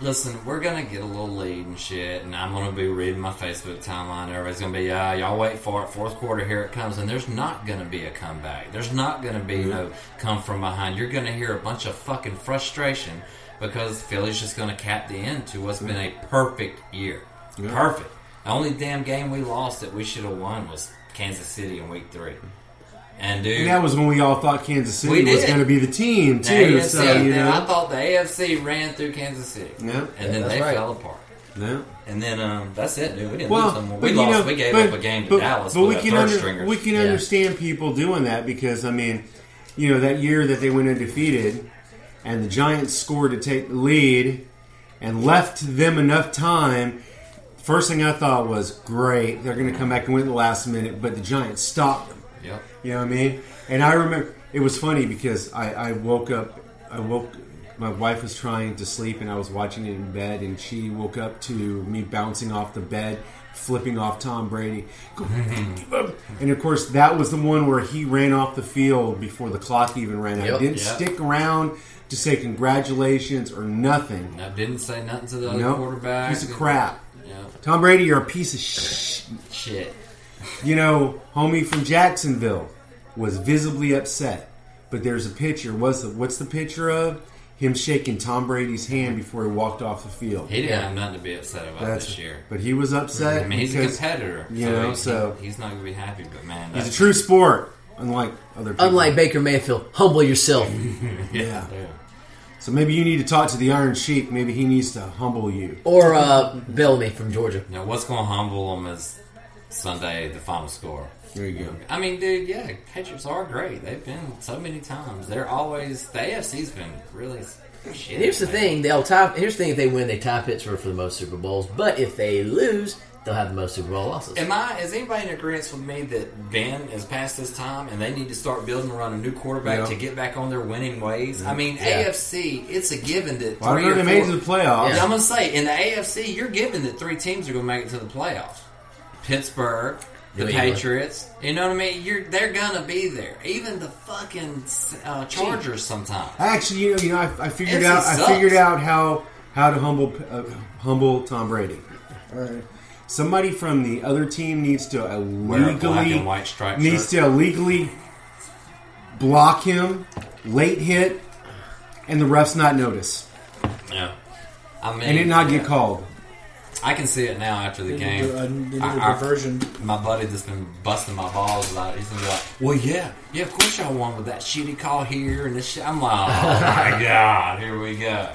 Listen, we're gonna get a little lead and shit, and I'm gonna be reading my Facebook timeline. Everybody's gonna be, uh, y'all wait for it. Fourth quarter, here it comes, and there's not gonna be a comeback. There's not gonna be Mm-hmm. no come from behind. You're gonna hear a bunch of fucking frustration because Philly's just gonna cap the end to what's been a perfect year. Perfect. The only damn game we lost that we should have won was Kansas City in week three. And dude, And that was when we all thought Kansas We City did. was going to be the team the too. AFC, so you man, I know, thought the AFC ran through Kansas City, Yeah. and then that's they right. fell apart. no. And then um, that's it, dude. We didn't lose Well, them. but We you lost. know, we gave but- up a game to but- Dallas. but with we a can third under- stringers. we can Yeah. understand people doing that because I mean, you know, that year that they went undefeated, and the Giants scored to take the lead, and left them enough time. First thing I thought was, great, they're going to come back and win at the last minute, but the Giants stopped them. Yep. You know what I mean? And I remember it was funny because I, I woke up. I woke. My wife was trying to sleep, and I was watching it in bed, and she woke up to me bouncing off the bed, flipping off Tom Brady. Go, and of course, that was the one where he ran off the field before the clock even ran out. Yep, didn't yep. stick around to say congratulations or nothing. I didn't say nothing to the other Nope. quarterback. Piece of crap. Yeah. Tom Brady, you're a piece of shh. Shit. You know, homie from Jacksonville was visibly upset. But there's a picture. What's the, what's the picture of? Him shaking Tom Brady's hand before he walked off the field. He didn't have nothing to be upset about That's- this year. But he was upset. I mean, he's a because competitor. you know, he- so- he's not gonna be happy. But man, he's a that's- true sport, unlike other people. Unlike Baker Mayfield, humble yourself. Yeah. dude. So maybe you need to talk to the Iron Sheik. Maybe he needs to humble you. Or uh, Bellamy from Georgia. Now, what's gonna humble him is Sunday the final score. There you go. I mean, dude, yeah, Patriots are great. They've been so many times. They're always the AFC's been really. shitty, And here's the man. thing: they'll tie. Here's the thing: if they win, they tie Pittsburgh for the most Super Bowls. But if they lose, they'll have the most Super Bowl losses. Am I? Is anybody in agreement with me that Ben is past his time and they need to start building around a new quarterback Yeah. Mm-hmm. to get back on their winning ways? I mean, Yeah. AFC, it's a given that Well, I three know or they made it four- to the playoffs. Yeah, I'm gonna say in the AFC, you're given that three teams are gonna make it to the playoffs. Pittsburgh, the New England. Patriots. You know what I mean? You're they're gonna be there. Even the fucking uh, Chargers sometimes. Actually, you know, you know, I, I figured It's- out. it I sucks. figured out how how to humble uh, humble Tom Brady. All right. Somebody from the other team needs to Wear a black illegally and white striped needs shirt. to illegally block him, late hit, and the refs not notice Yeah. I mean, and it not get called. I can see it now after the game. They did a I- I- diversion. my buddy that's been busting my balls about it, he's gonna be like, "Well, yeah, yeah, of course y'all won with that shitty call here and this shit." I'm like, "Oh my god, here we go."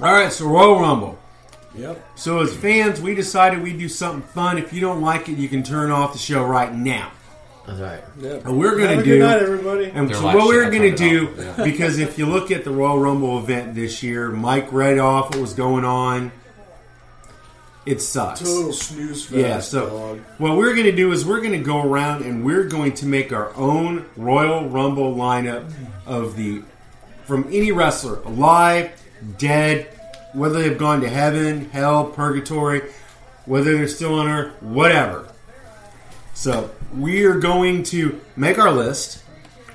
All right, so Royal Rumble. Yep. So as fans, we decided we'd do something fun. If you don't like it, you can turn off the show right now. That's right. Yep. And we're Have gonna a good do. night, everybody. And They're so like, what "Shit, we're I going to turned it do, because if you look at the Royal Rumble event this year, Mike read off what was going on. It sucks. Total snooze fest. Yeah, so dog. what we're going to do is we're going to go around and we're going to make our own Royal Rumble lineup of the from any wrestler, alive, dead, whether they've gone to heaven, hell, purgatory, whether they're still on earth, whatever. So we are going to make our list,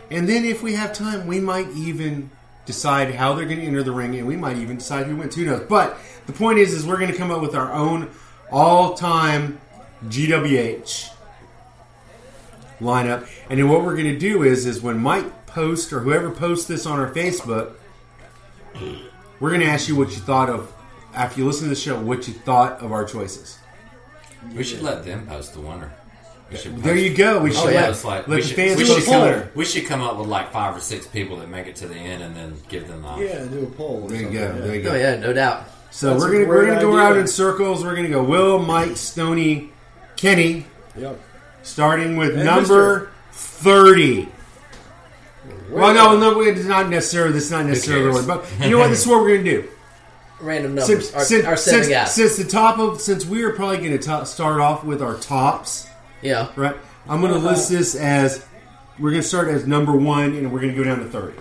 and then if we have time, we might even decide how they're going to enter the ring, and we might even decide who wins. Who knows? But the point is, is we're going to come up with our own all-time GWH lineup, and then what we're going to do is, is when Mike posts or whoever posts this on our Facebook, we're going to ask you what you thought of after you listen to the show, what you thought of our choices. We should let them post the winner. We should There post- you go. We Oh, should yeah, let- it's like, let we the should, fans we vote should for come, it. we should come up with like five or six people that make it to the end and then give them the option. Yeah, do a poll. Or There you something, go. There you go. Oh yeah, no doubt. So That's we're a gonna we're great gonna go idea. around in circles. We're gonna go Will, Mike, Stony, Kenny, Yep. starting with And number thirty. Well, Wait. no, no, it's not necessarily. This is not necessarily the one. cares? But you know what? This is what we're gonna do. Random numbers Since are, since, are since, setting out. since the top of since we're probably gonna to start off with our tops, yeah. right? I'm gonna Uh-huh. list this as we're gonna start as number one, and we're gonna go down to thirty.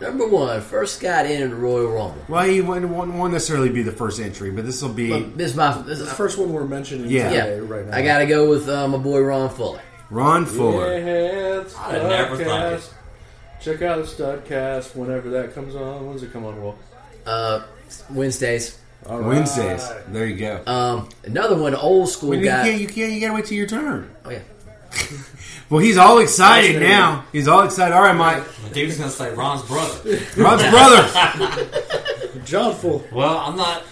Number one, first got in the Royal Rumble. Well, he won't, won't won't necessarily be the first entry, but this will be. But this is my this The is, first one we're mentioning Yeah. yeah. today, right now. I gotta go with uh, my boy Ron Fuller. Ron Fuller. Heads, I never thought it. Check out Studcast whenever that comes on. When does it come on, Will? Uh, Wednesdays. Wednesdays. There you go. Um, another one, old school Well, you guy. can't. You can't. You gotta wait till your turn. oh yeah. Well, he's all excited Fascinating. now. He's all excited. All right, Mike. He was gonna say Ron's brother. Ron's brother. John Full. Well, I'm not.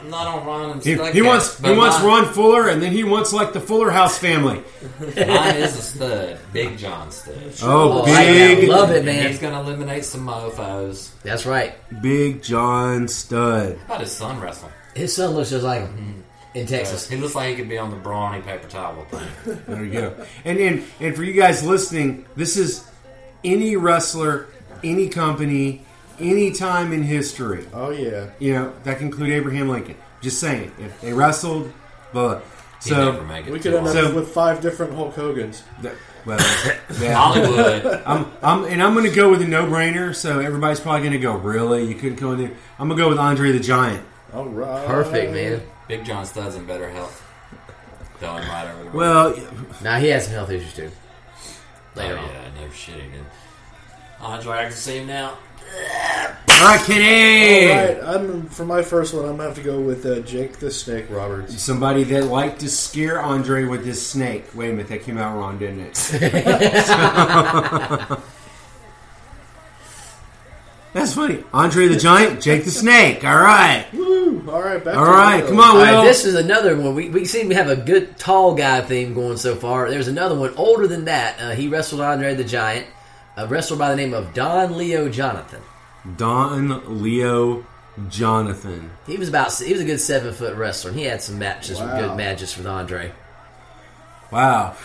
I'm not on Ron and He, Studcast. he wants. He but wants mine- Ron Fuller, and then he wants like the Fuller House family. Mine is a stud, Big John stud. Oh, like that. big, Love it, And man. he's gonna eliminate some mofos. That's right. big John Stud. How about his son wrestling? His son looks just like him in Texas. He looks like he could be on the brawny paper towel thing. There you go. And and and for you guys listening, this is any wrestler, any company, any time in history. Oh yeah. You know that can include Abraham Lincoln. Just saying, if they wrestled, blah. blah. He'd never So, make it. We We could end up So- with five different Hulk Hogan's. th- well, yeah. Hollywood. I'm, I'm, and I'm going to go with a no-brainer. So everybody's probably going to go, really? You couldn't go in there. I'm going to go with Andre the Giant. All right. Perfect, man. Big John Stud's in better health. Throwing right over the Well, Now he has some health issues too. Oh, yeah, no shit he did. Uh, Andre, I can see him now. all right, Kenny. All right, I'm for my first one. I'm gonna have to go with uh, Jake the Snake Roberts. Somebody that liked to scare Andre with this snake. Wait a minute, that came out wrong, didn't it? That's funny. Andre the Giant, Jake the Snake. All right, Woo! All right, back. all to right. Will. Come on, All Will. right, this is another one. We, we seem to have a good tall guy theme going so far. There's another one older than that. Uh, he wrestled Andre the Giant, a wrestler by the name of Don Leo Jonathan. Don Leo Jonathan. He was about he was a good seven foot wrestler. and He had some matches, Wow. good matches with Andre. Wow.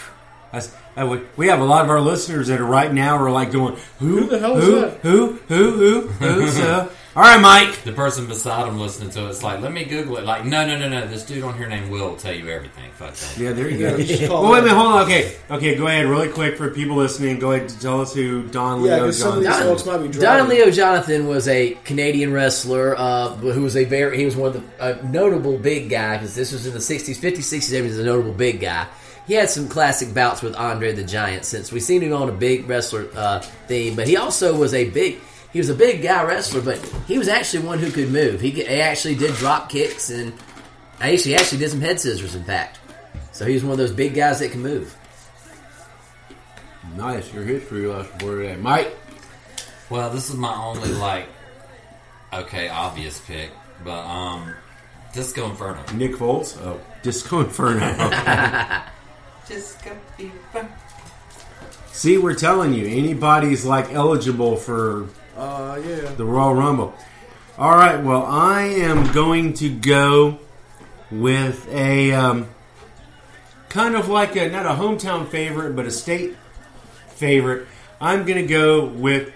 That's, that we, we have a lot of our listeners that are right now are like going, who, Who the hell is who, that?" who, who, who, who, so. All right, Mike. The person beside him listening to it's like, let me Google it. Like, no, no, no, no. This dude on here named Will will tell you everything. Fuck that. Yeah, there you go. Just call well, wait a it. minute, hold on. Okay, okay, go ahead, really quick for people listening. Go ahead, tell us who Don Yeah, Leo 'cause some of these Johnson. folks might be Don driving. Leo Jonathan was a Canadian wrestler uh, who was a very he was one of the a notable big guy because this was in the 60s, 50s, 60s. He was a notable big guy. He had some classic bouts with Andre the Giant since we've seen him on a big wrestler uh, theme, but he also was a big he was a big guy wrestler, but he was actually one who could move. He, could, he actually did drop kicks and actually actually did some head scissors, in fact. So he was one of those big guys that can move. Nice, your history lesson for today, Mike. Well, this is my only like, okay, obvious pick, but um, Disco Inferno. Nick Foles. Oh, Disco Inferno. See, we're telling you, anybody's like eligible for Uh, yeah. the Royal Rumble. All right, well, I am going to go with a um, kind of like a not a hometown favorite, but a state favorite. I'm going to go with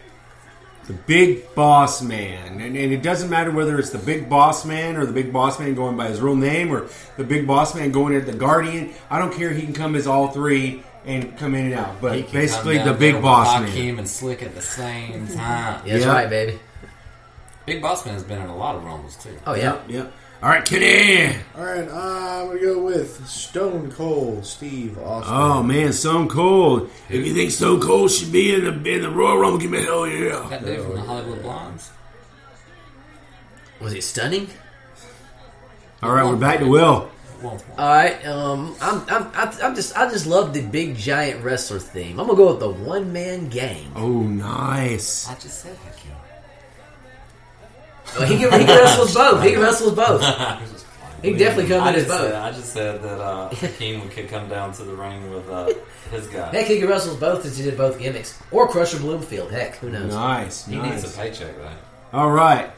the Big Boss Man, and, and it doesn't matter whether it's the Big Boss Man or the Big Boss Man going by his real name or the Big Boss Man going at the Guardian. I don't care. He can come as all three and come in and out, He but can basically come the down there Big with Boss Man. Hakeem and Slick at the same time. Yeah, that's Yeah. right, baby. Big Boss Man has been in a lot of rumbles too. Oh yeah. Yep. All right, Kenny. All right, uh, I'm gonna go with Stone Cold Steve Austin. Oh man, Stone Cold! If you think Stone Cold should be in the in the Royal Rumble, give me hell yeah! That dude from the Hollywood Blondes. Was he stunning? All right, we're back to Will. All right, um, I'm, I'm, I'm, I'm just, I just love the big giant wrestler theme. I'm gonna go with the one man gang. Oh, nice! I just said Hakeem. Well, he can, he can wrestle us both. He can wrestle us both. He definitely come I in as just, both. said, I just said that uh, Hakeem could come down to the ring with uh, his guy. Heck, he could wrestle both as he did both gimmicks. Or Crusher Bloomfield. Heck, who knows? Nice, he nice. needs a paycheck, though. All right.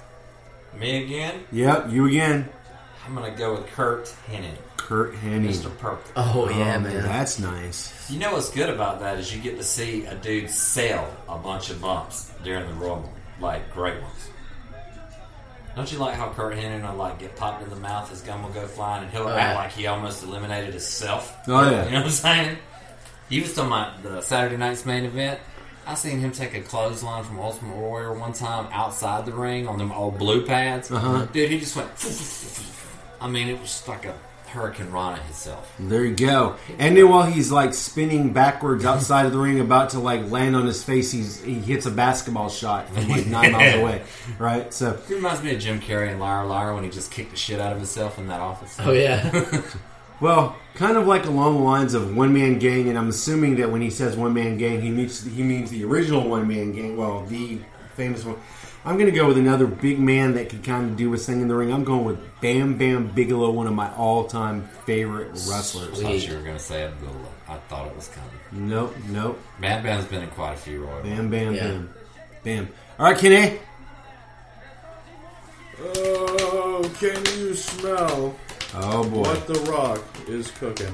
Me again? Yep, you again. I'm going to go with Kurt Hennig. Kurt Hennig. Mr. Perfect. Oh, yeah, Oh, man. That's nice. You know what's good about that is you get to see a dude sell a bunch of bumps during the Rumble, like great ones. Don't you like how Kurt Hennig will like get popped in the mouth, his gum will go flying, and he'll Oh, act yeah. like he almost eliminated himself? Uh. Oh, yeah. You know what I'm saying? You was talking about the Saturday night's main event. I seen him take a clothesline from Ultimate Warrior one time outside the ring on them old blue pads. Uh-huh. Dude, he just went. I mean, it was just like a Hurricane Rana himself. There you go. And then while he's like spinning backwards outside of the ring, about to like land on his face, he's, he hits a basketball shot from like nine miles away. Right? So He reminds me of Jim Carrey and Liar Liar when he just kicked the shit out of himself in that office. Oh, yeah. Well, kind of like along the lines of one man gang, and I'm assuming that when he says one man gang, he means he means the original one man gang. Well, the famous one. I'm going to go with another big man that could kind of do his thing in the ring. I'm going with Bam Bam Bigelow, one of my all-time favorite wrestlers. I thought you were gonna say Abdullah. I thought it was coming. Nope, nope. Bam Bam's been in quite a few Royal. Bam Bam Yeah. Bam, Bam. All right, Kenny. Oh, can you smell Oh boy, what The Rock is cooking?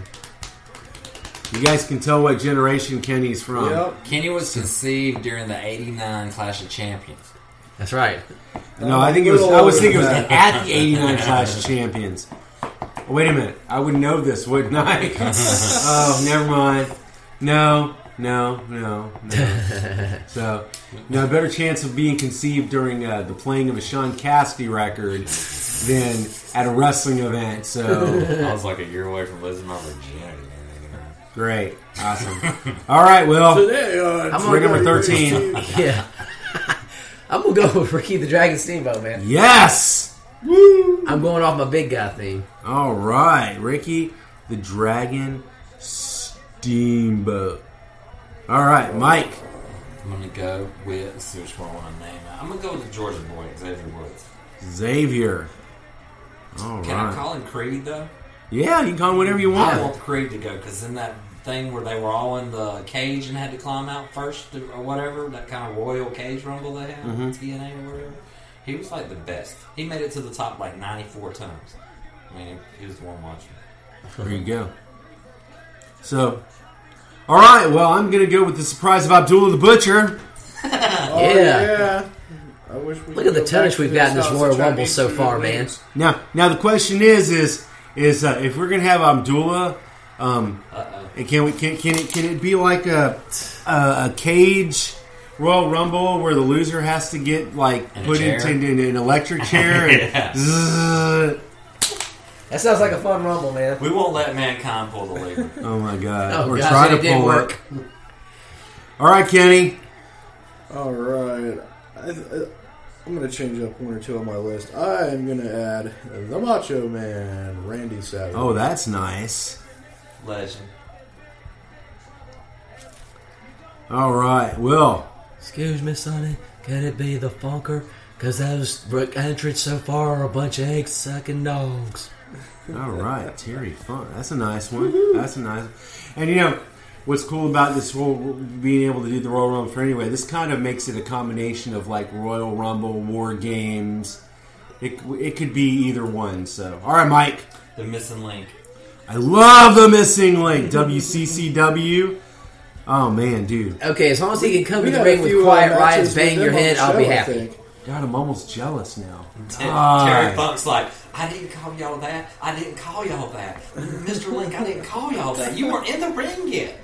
you guys can tell what generation Kenny's from. Yep. Kenny was conceived during the '89 Clash of Champions. That's right. No, I think it was. I was thinking it was Little- at the '89 Clash of Champions. Wait a minute, I would know this, wouldn't I? oh, never mind. No, no, no, no. so, no better chance of being conceived during uh, the playing of a Sean Cassidy record than at a wrestling event. So I was like a year away from losing my virginity. man. great, awesome. All right, well, Today uh, on I'm ring gonna number go- thirteen. Yeah. I'm going to go with Ricky the Dragon Steamboat, man. Yes. I'm going off my big guy theme. All right, Ricky, the Dragon Steamboat. All right, Mike. I'm gonna go with Let's see which one I want to name. I'm going to go with the Georgia boy, Xavier Woods. Xavier. All right. Can I call Oh. him Creed, though? yeah, you can call him whatever you I want. want Creed to go because in that thing where they were all in the cage and had to climb out first to- or whatever, that kind of royal cage rumble they had, TNA or whatever, he was like the best. He made it to the top like 94 times. I mean, he- he was the one watching. There you go. So, all right. Well, I'm gonna go with the surprise of Abdullah the Butcher. yeah. oh, yeah. I wish we Look at could the go tonnage back to we've got in this House of Royal Rumble Chinese so food far, and man. wings. Now, now the question is, is, is uh, if we're gonna have Abdullah, um, and can we can can it can it be like a a, a cage Royal Rumble where the loser has to get like In a put chair? into an, an electric chair? And zzzz. That sounds like a fun rumble, man. We won't let mankind pull the lever. Oh my god! Oh, or gosh, try and to it didn't pull work. it. All right, Kenny. All right. I, I, I'm going to change up one or two on my list. I am going to add the Macho Man, Randy Savage. Oh, that's nice. Legend. All right, Will. Excuse me, Sonny. Can it be the Funker? Cause those r- entrants so far are a bunch of egg sucking dogs. All right, Terry Funk. That's a nice one. That's a nice. And you know what's cool about this whole being able to do the Royal Rumble for anyway? This kind of makes it a combination of like Royal Rumble, War Games. It it could be either one. So, all right, Mike. The missing link. I love the missing link. WCCW. Oh man, dude, Okay, as long as he can come to We the got ring a with few, uh, Quiet matches Riots, with bang them your on the head, I'll be show, I happy. think. God, I'm almost jealous now. Ter- Ah. Terry Funk's like, I didn't call y'all that. I didn't call y'all that. Mr. Link, I didn't call y'all that. You weren't in the ring yet.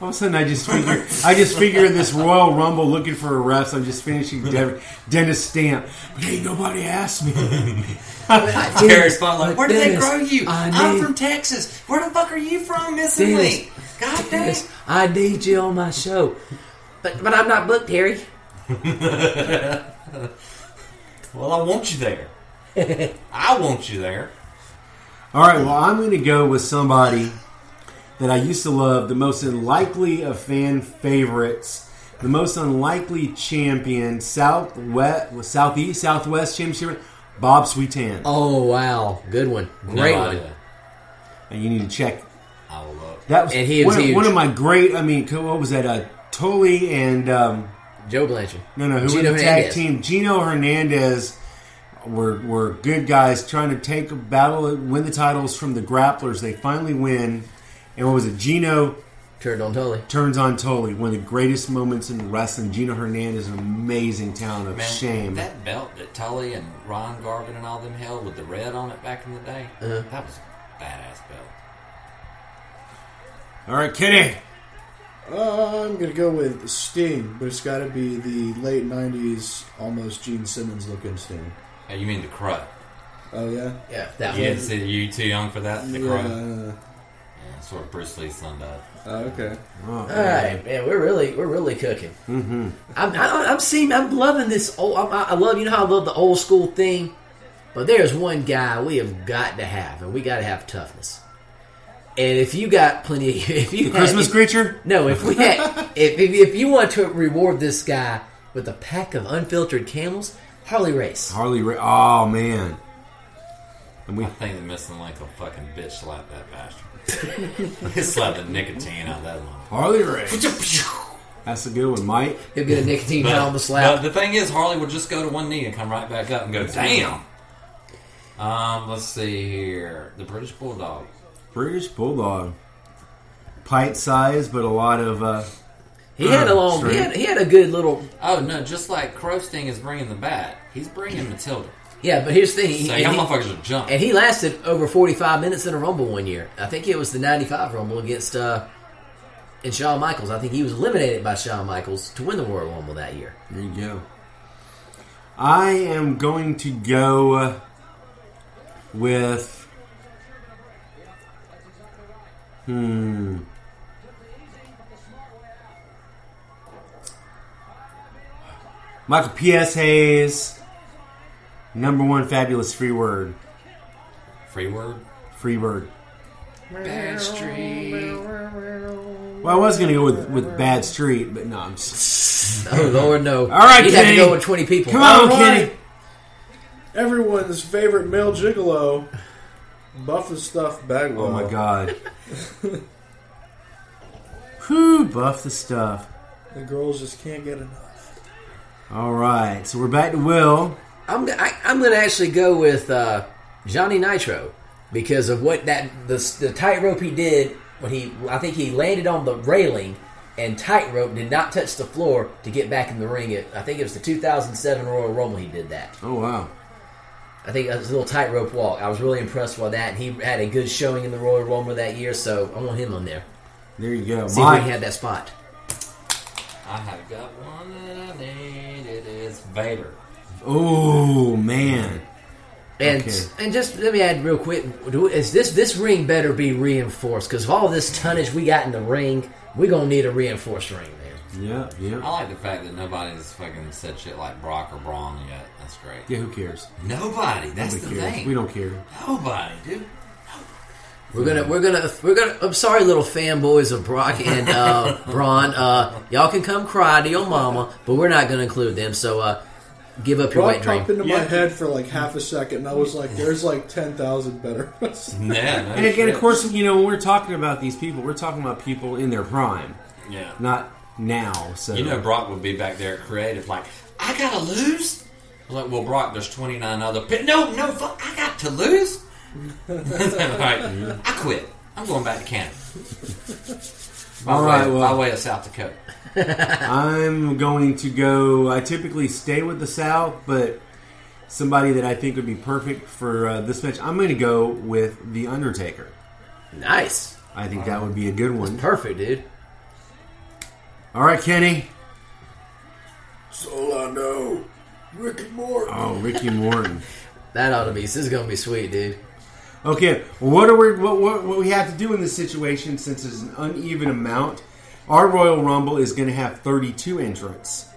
All of a sudden, I just figure, I just figure this Royal Rumble looking for a ref. I'm just finishing De- Dennis Stamp, but ain't nobody asked me. Terry Funk like, where did they Dennis, grow you? I I'm need- from Texas. Where the fuck are you from, missing Dennis, link? God damn. Yes, I need you on my show. But, but I'm not booked, Terry. Well, I want you there. I want you there. All right, well, I'm going to go with somebody that I used to love, the most unlikely of fan favorites, the most unlikely champion, Southwest, Southeast, Southwest Championship, Bob Sweetan. Oh wow, good one, great No one. idea. And you need to check. I will look. That was, And he was one, of, huge. one of my great. I mean, co- what was that? Uh, Toley and um, Joe Blanchard. no, no, who Gino were the Hernandez. tag team? Gino Hernandez were were good guys trying to take a battle, win the titles from the grapplers. They finally win. And what was it? Gino Turned on Tully. turns on Tully. One of the greatest moments in wrestling. Gino Hernandez, an amazing talent of Man, shame. That belt that Tully and Ron Garvin and all them held with the red on it back in the day, that was a badass belt. All right, Kitty. Uh, I'm gonna go with Sting, but it's got to be the late '90s, almost Gene Simmons looking Sting. Oh, you mean the crow? Oh yeah, Yeah, that Yeah, one. so you too young for that? The crow? yeah. Yeah, that's where Bruce Lee's son died. Oh, okay. All right, man, we're really we're really cooking. Mm-hmm. I'm I, I'm seeing I'm loving this. Old, I'm, I I love you know how I love the old school thing, but there's one guy we have got to have, and we got to have toughness. And if you got plenty, of, if you had- Christmas creature. no, if we had, if, if if you want to reward this guy with a pack of unfiltered camels, Harley Race. Harley Ra- Oh man. And we I think the missing link will fucking bitch slap that bastard. he slapped the nicotine out of that one. Harley Ray. That's a good one, Mike. He'll get a nicotine out on the slap. but the thing is, Harley will just go to one knee and come right back up and go, damn! Um, let's see here. The British Bulldog. British Bulldog. Pint size, but a lot of uh, he had a long, he Straight. had, he had a good little. Oh, no, just like Crow Sting is bringing the bat, he's bringing Matilda. Yeah, but here's the thing. he- So and y'all he- motherfuckers are jumping. And he lasted over 45 minutes in a Rumble one year. I think it was the 95 Rumble against uh, and Shawn Michaels. I think he was eliminated by Shawn Michaels to win the Royal Rumble that year. There you go. I am going to go uh, with. Hmm. Michael P.S. Hayes, number one fabulous free word. Free word? Free word. Bad street. Well, I was going to go with, with Bad Street, but no, I'm just. Oh, Lord, no. All right, You'd have to Kenny. go with 20 people. Come on, All right. Kenny! Everyone's favorite male gigolo, Buff as Stuff Bagwell. Oh my god. Whew, buff the stuff. The girls just can't get enough. All right, so we're back to Will. I'm, g- I, am going to actually go with uh, Johnny Nitro because of what that the, the tightrope he did when he I think he landed on the railing and tightrope did not touch the floor to get back in the ring. It, I think it was the 2007 Royal Rumble he did that. Oh wow, I think it was a little tightrope walk. I was really impressed by that. and He had a good showing in the Royal Rumble that year, so I want him on there. there you go, See if Mike. we had that spot. I have got one that I need. It is Vader. oh man, And Okay. and just let me add real quick: do, is this this ring better be reinforced? Because of all this tonnage we got in the ring, we are gonna need a reinforced ring, man. yeah, I yeah, like the fact that nobody's fucking said shit like Brock or Braun yet. That's great. yeah. Who cares? Nobody. That's the Nobody cares. thing. We don't care. Nobody, dude. We're gonna we're gonna we're gonna. I'm sorry, little fanboys of Brock and uh, Braun. Uh, y'all can come cry to your mama, but we're not gonna include them. So uh, give up your Rock white dream. popped into my Yeah. head for like half a second, and I was like, "There's like ten thousand better." ones." Yeah. no And again, shit. of course, you know when we're talking about these people, we're talking about people in their prime, Yeah. not now. So You know, Brock would be back there at creative, like, I gotta lose. I was like, well, Brock, there's 29 other. Pi- no, no, fuck, I got to lose. Like, I quit. I'm going back to Canada. By, All way, right, well- by way of South Dakota. I'm going to go. I typically stay with the South, but somebody that I think would be perfect for uh, this match, I'm going to go with the Undertaker. Nice, I think that would be a good one. perfect, dude. All right, Kenny. So I know, Rick and Morty. Oh, Ricky Morton. That ought to be. This is gonna be sweet, dude. Okay, what are we? What, what, what we have to do in this situation, since it's an uneven amount, our Royal Rumble is going to have 32 entrants.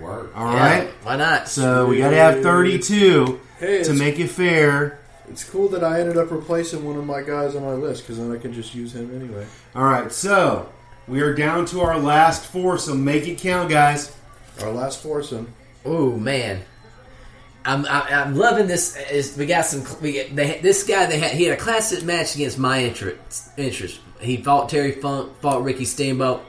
Word. All Yeah, right, why not? so we got to have 32 Hey, to it's- make it fair. It's cool that I ended up replacing one of my guys on my list because then I can just use him anyway. All right, so we are down to our last four. So make it count, guys. Our last foursome. Oh man, I'm, I, I'm loving this. Is we got some? We get, they, this guy they had he had a classic match against my interest. Interest. He fought Terry Funk, fought Ricky Steamboat.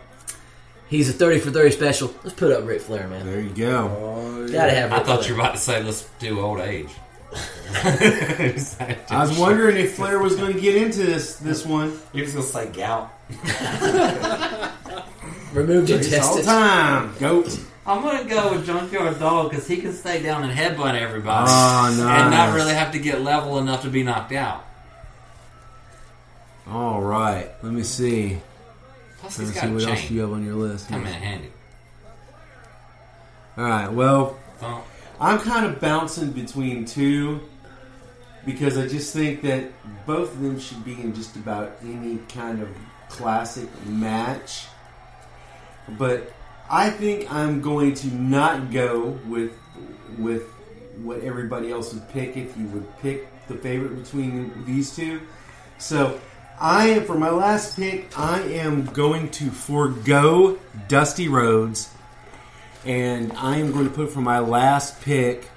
He's a thirty for thirty special. Let's put up Ric Flair, man. There you go. Uh, Gotta have. I Ric thought Flair. you were about to say let's do old age. I was wondering if Flair was going to get into this this one. He was gonna say gout. removed All intestines. time. Goat. I'm gonna go with Junkyard Dog because he can stay down and headbutt everybody Oh, nice. and not really have to get level enough to be knocked out. All right. Let me see. Plus, Let he's me got see a what else chain. you have on your list. Come in handy. All right. Well, Thump. I'm kind of bouncing between two because I just think that both of them should be in just about any kind of classic match. But I think I'm going to not go with with what everybody else would pick if you would pick the favorite between these two. So I am for my last pick, I am going to forego Dusty Rhodes and I am going to put for my last pick.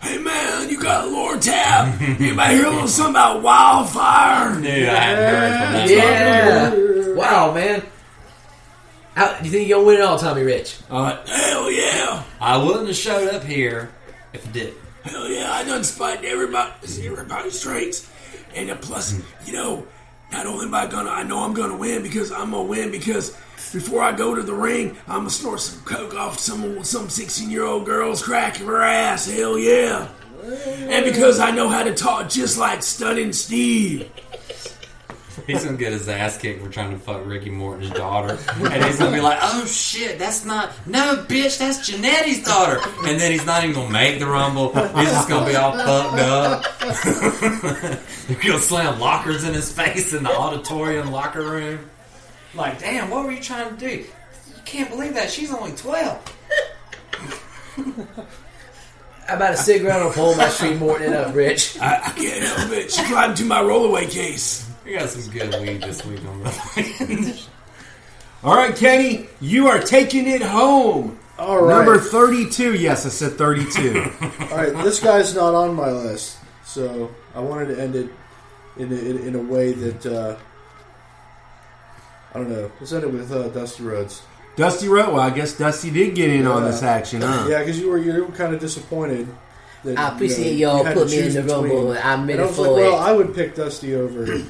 Hey man, you got Lord Tab? Anybody hear a little something about wildfire? Dude, I hadn't heard from that. Yeah. Wow, man. How, do you think you'll win it all, Tommy Rich? Uh, hell yeah, I wouldn't have showed up here if it did. hell yeah! I done spotted everybody, everybody's traits, and uh, plus, you know, not only am I gonna, I know I'm gonna win because I'm gonna win because before I go to the ring, I'm gonna snort some coke off some some 16 year old girl's crack in her ass. Hell yeah! And because I know how to talk just like Stunning Steve. He's gonna get his ass kicked for trying to fuck Ricky Morton's daughter, and he's gonna be like, "Oh shit, that's not no bitch, that's Janetti's daughter." And then he's not even gonna make the rumble. He's just gonna be all fucked up. You're gonna slam lockers in his face in the auditorium locker room. Like, damn, what were you trying to do? You can't believe that she's only twelve. How about a cigarette on a pole by Street Morton it up, Rich? I can't help it. She climbed to my rollaway case. We got some good weed this week on the. All right, Kenny, you are taking it home. All right. Number 32. Yes, I said 32. All right, this guy's not on my list, so I wanted to end it in a, in, in a way that uh, I don't know. Let's end it with uh, Dusty Rhodes. Dusty Rowe. Well, I guess Dusty did get in on this action, huh? Yeah, because you were you were kind of disappointed. That, I appreciate you know, y'all you had to put me in choose the between. rumble. I'm in And I it was for like, well, it. I would pick Dusty over.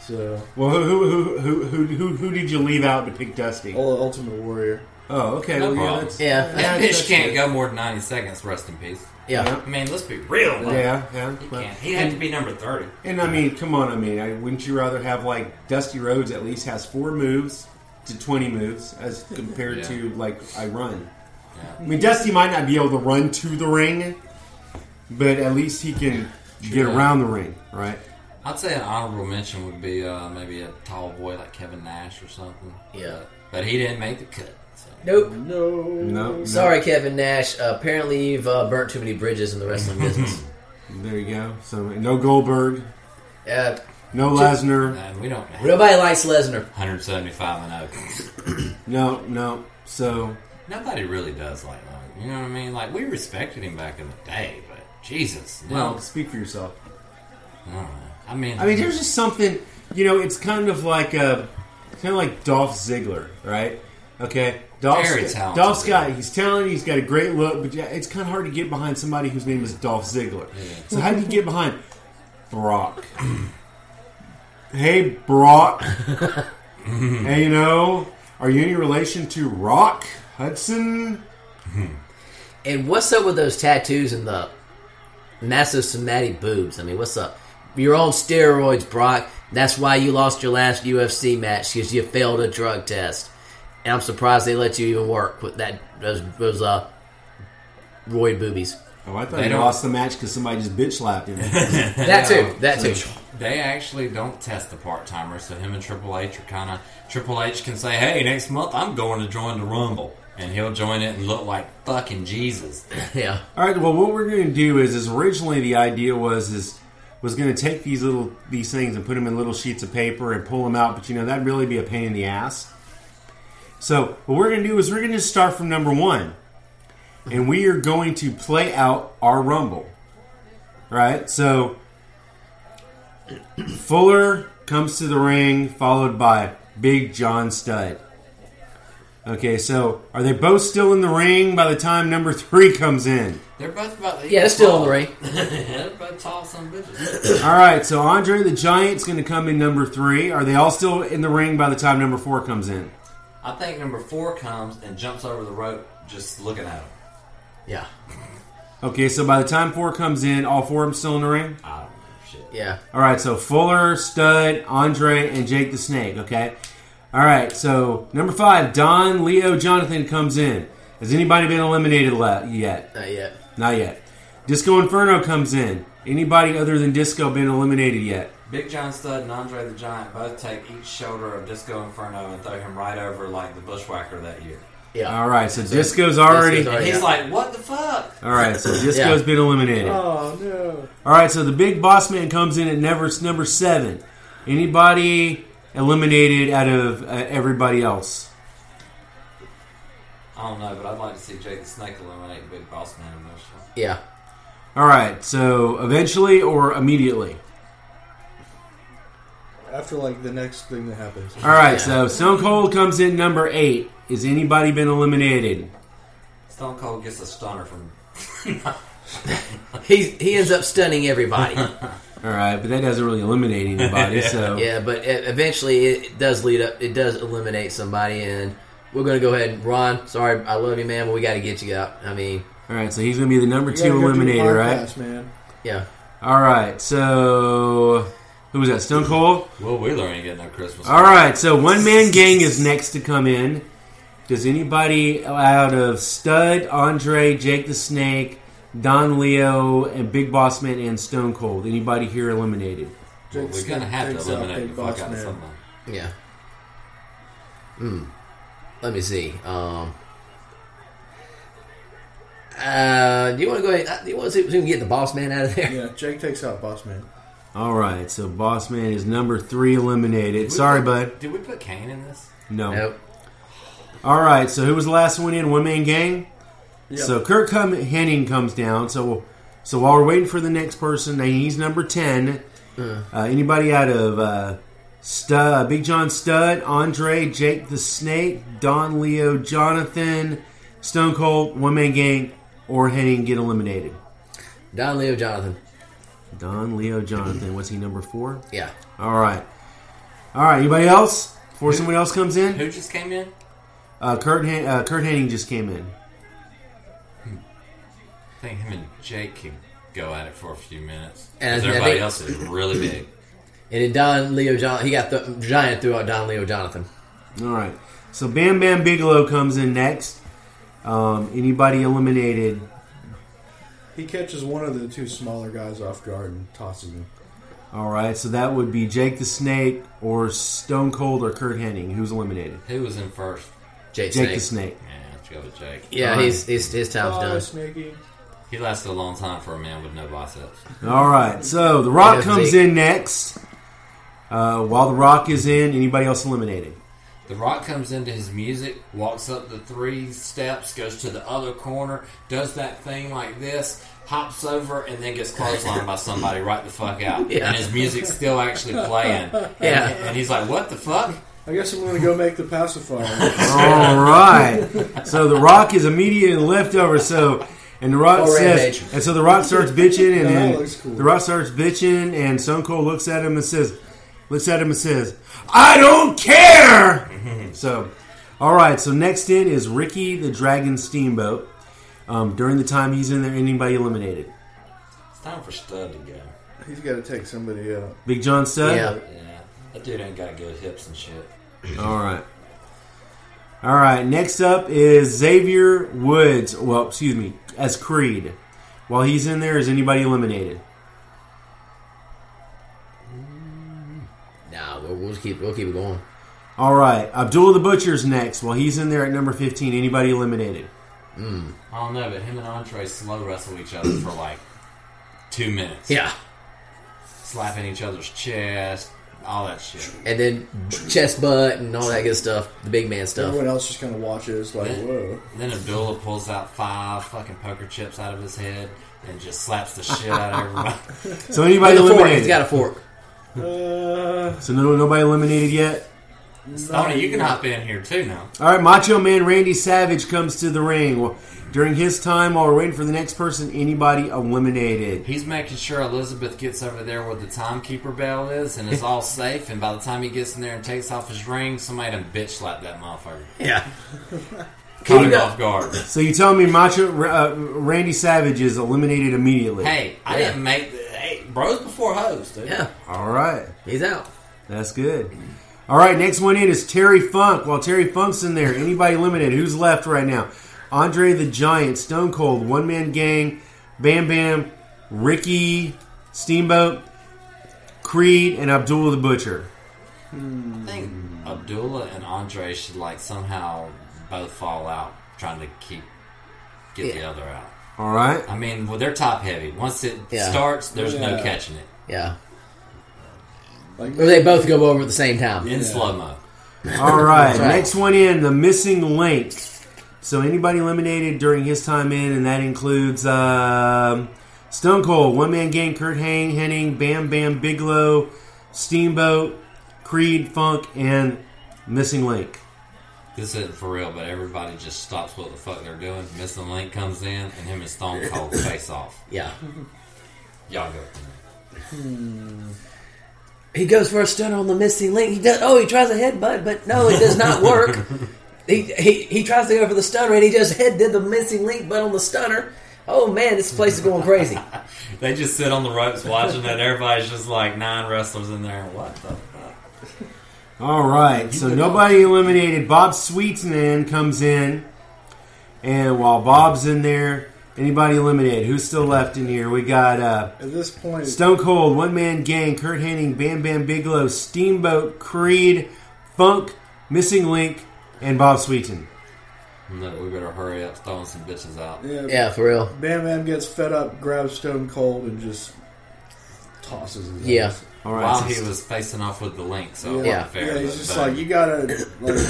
So, Well, who, who, who, who, who, who did you leave out to pick Dusty? all Ultimate Warrior. Oh, okay. well, yeah, problem. that's, Yeah, That bitch can't go more than ninety seconds. Rest in peace. yeah. I mean, let's be real. Like, yeah, yeah. well, can't. He had to be number thirty. And I mean, come on. I mean, I, wouldn't you rather have like Dusty Rhodes at least has four moves to twenty moves as compared Yeah. to like I run. Yeah. I mean, Dusty might not be able to run to the ring, but at least he can get around the ring, right? I'd say an honorable mention would be uh, maybe a tall boy like Kevin Nash or something. Yeah. But he didn't make the cut. So. Nope. No, No, no. Sorry, Kevin Nash. Uh, apparently, you've uh, burnt too many bridges in the wrestling business. There you go. So no Goldberg, Uh, no Lesnar, And we don't have nobody likes Lesnar. 175 and 0. no, no. So Nobody really does like that. You know what I mean? Like, we respected him back in the day, but Jesus. No. well, speak for yourself. I don't know. I mean, I mean, there's just something, you know, it's kind of like a, kind of like Dolph Ziggler, right? Okay, Dolph's, Very talented. Dolph's got he's talented, he's got a great look, but yeah, it's kind of hard to get behind somebody whose name is Dolph Ziggler. So how do you get behind Brock? hey, Brock. hey, you know, are you any relation to Rock Hudson? And what's up with those tattoos and the massive somatic boobs? I mean, what's up? You're on steroids, Brock. That's why you lost your last UFC match because you failed a drug test. And I'm surprised they let you even work with that those those uh Roy boobies. Oh, I thought They he don't- lost the match because somebody just bitch slapped him. That too. That too. they actually don't test the part timers, so him and Triple H are kind of. Triple H can say, hey, next month I'm going to join the Rumble. And he'll join it and look like fucking Jesus. Yeah. All right. Well, what we're going to do is, is originally the idea was is was going to take these little these things and put them in little sheets of paper and pull them out, but you know that'd really be a pain in the ass. So what we're going to do is we're going to start from number one, and we are going to play out our rumble. Right? So Fuller comes to the ring, followed by Big John Studd. Okay, so are they both still in the ring by the time number three comes in? They're both about the Yeah, they're still in the ring. they're both tall some bitches. All right, so Andre the Giant's going to come in number three. Are they all still in the ring by the time number four comes in? I think number four comes and jumps over the rope just looking at him. Yeah. Okay, so by the time four comes in, all four of them still in the ring? I don't know shit. Yeah. All right, so Fuller, Stud, Andre, and Jake the Snake. Okay. All right, so number five, Don, Leo, Jonathan comes in. Has anybody been eliminated le- yet? Not yet. Not yet. Disco Inferno comes in. Anybody other than Disco been eliminated yet? Big John Studd and Andre the Giant both take each shoulder of Disco Inferno and throw him right over like the bushwhacker that year. Yeah. All right, so Disco's already. Disco's already- He's Oh, Yeah. like, what the fuck? All right, so Disco's Yeah. been eliminated. Oh no! All right, so the big boss man comes in at never number seven. Anybody eliminated out of uh, everybody else? I don't know, but I'd like to see Jake the Snake eliminate Big Boss Man eventually. Yeah. All right, so eventually or immediately. After like the next thing that happens, All right, so Stone Cold comes in number eight. Is anybody been eliminated? Stone Cold gets a stunner from. He he ends up stunning everybody. All right, but that doesn't really eliminate anybody. So yeah, but e- eventually it does lead up. It does eliminate somebody, and we're gonna go ahead. and Ron, sorry, I love you, man, but we got to get you out. I mean, all right, so he's gonna be the number two eliminator, right? Man, yeah. All right, so who was that? Stone Cold. Will Wheeler ain't getting no Christmas. All right, so One Man Gang is next to come in. Does anybody out of Stud, Andre, Jake the Snake, Don Leo, and Big Boss Man and Stone Cold? Anybody here eliminated? Well, Jake we're gonna have takes to out eliminate Big the fuck Boss out of Man. someone. Yeah. Hmm. Let me see. Um. Uh, do you want to go ahead? uh, Do you want to see if we can get the boss man out of there? Yeah, Jake takes out Boss Man. All right, so Boss Man is number three eliminated. Sorry, bud. Did we put Kane in this? No. Nope. All right, so who was the last one in? One Man Gang. Yeah. So Kirk Cum- Henning comes down. So so while we're waiting for the next person, and he's number ten. Uh, anybody out of uh, Stu- uh, Big John Stud, Andre, Jake the Snake, Don Leo, Jonathan, Stone Cold, One Man Gang, or Henning get eliminated? Don Leo Jonathan. Don Leo Jonathan. Was he number four? Yeah. All right. All right. Anybody else? Before somebody else comes in, Who just came in? uh, Kurt Han- uh, Kurt Henning just came in. I think him and Jake can go at it for a few minutes. And I 'Cause think- I everybody think- else is really big. And then Don Leo Jonathan. He got the giant throughout Don Leo Jonathan. All right. So Bam Bam Bigelow comes in next. Um, anybody eliminated? He catches one of the two smaller guys off guard and tosses him. All right. So that would be Jake the Snake or Stone Cold or Kurt Hennig. Who's eliminated? Who was in first? Jake, Jake Snake. the Snake. Yeah, let's go with Jake. Yeah, he's, he's his time's Oh, done. Snakey! He lasted a long time for a man with no biceps. All right. So The Rock Yeah, comes Zeke. in next. Uh, while The Rock is in, anybody else eliminated? The Rock comes into his music, walks up the three steps, goes to the other corner, does that thing like this, hops over, and then gets clotheslined by somebody right the fuck out. Yeah. And his music's still actually playing. Yeah. And, and he's like, what the fuck? I guess I'm gonna go make the pacifier. All right. So The Rock is immediately left over. So and The Rock Or says, Rampage. and so The Rock starts bitching, and No, that then looks cool. The Rock starts bitching, and Stone Cold looks at him and says, looks at him and says, "I don't care." so, all right. So next in is Ricky the Dragon Steamboat. Um, during the time he's in there, anybody eliminated? It's time for Stud to go. He's got to take somebody uh, out. Big John Studd. Yeah. Yeah. That dude ain't got good hips and shit. All right. All right. Next up is Xavier Woods. Well, excuse me, as Creed. While he's in there, is anybody eliminated? Nah, we'll, we'll keep we'll keep it going. All right. Abdullah the Butcher's next. While he's in there at number 15, anybody eliminated? I don't know, but him and Andre slow wrestle each other for like two minutes. Yeah. Slapping each other's chest, all that shit. and then chest butt and all that good stuff, the big man stuff. Everyone else just kind of watches, like, whoa. Then Abdullah pulls out five fucking poker chips out of his head and just slaps the shit out of everybody. So anybody With a fork. He's eliminated? got a fork. Uh, so no, nobody eliminated yet. Tony, you can hop in here too now. All right, Macho Man Randy Savage comes to the ring. Well, during his time, while we're waiting for the next person, anybody eliminated? He's making sure Elizabeth gets over there where the timekeeper bell is and is all safe. And by the time he gets in there and takes off his ring, somebody done bitch slap that motherfucker. Yeah. Caught you him not- off guard. So you tell me Macho uh, Randy Savage is eliminated immediately? Hey, I Yeah. didn't make. The, hey, bros before hoes, dude. Yeah. All right. He's out. That's good. All right, next one in is Terry Funk. While Terry Funk's in there, anybody limited? Who's left right now? Andre the Giant, Stone Cold, One Man Gang, Bam Bam, Ricky, Steamboat, Creed, and Abdullah the Butcher. I think Mm-hmm. Abdullah and Andre should like somehow both fall out, trying to keep get the Yeah. other out. All right. I mean, well, they're top heavy. Once it Yeah. starts, there's no Yeah. catching it Yeah. like, Or they both go over at the same time. in slow mo. All Right. right. Next one in the missing link. So anybody eliminated during his time in, and that includes um, Stone Cold, One Man Gang, Kurt Hang, Henning, Bam Bam Bigelow, Steamboat, Creed, Funk, and Missing Link. This isn't for real, but everybody just stops what the fuck they're doing. Missing Link comes in, and him and Stone Cold face off. Yeah. Y'all go. He goes for a stunner on the missing link. He does. Oh, he tries a headbutt, but no, it does not work. he, he he tries to go for the stunner, and he just head did the missing link, but on the stunner. Oh man, this place is going crazy. They just sit on the ropes watching it. Everybody's just like nine wrestlers in there. What the fuck? All right. So nobody eliminated. Bob Sweetman comes in, and while Bob's in there, anybody eliminated? Who's still left in here? We got. Uh, at this point, Stone Cold, One Man Gang, Kurt Hennig, Bam Bam Bigelow, Steamboat, Creed, Funk, Missing Link, and Bob Sweeten. Look, we better hurry up, throwing some bitches out. yeah, yeah, for real. Bam Bam gets fed up, grabs Stone Cold, and just tosses his Yeah. ass. All right, While so he was facing off with the Link, Oh, so Yeah. yeah, fair, Yeah, he's but- just but like, you gotta, like,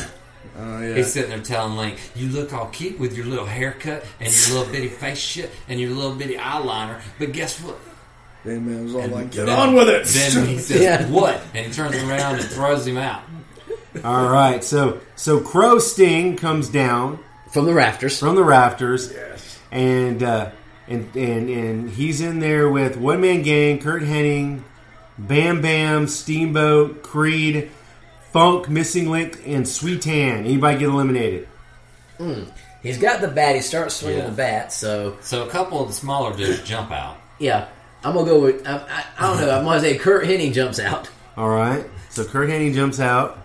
oh, yeah. He's sitting there telling Link, "You look all cute with your little haircut and your little bitty face shit and your little bitty eyeliner, but guess what? Bam Bam was all like, get Then- on with it! Then he says, Yeah. "What?" And he turns around and throws him out. all right, so so Crow Sting comes down From the rafters. from the rafters, and uh, and and and he's in there with One Man Gang, Kurt Hennig, Bam Bam, Steamboat, Creed, Funk, Missing Link, and Sweetan. Anybody get eliminated? He's got the bat. He starts swinging Yeah. the bat. So So a couple of the smaller dudes jump out. yeah, I'm gonna go with. I, I, I don't know. I'm gonna say Kurt Hennig jumps out. All right, so Kurt Hennig jumps out.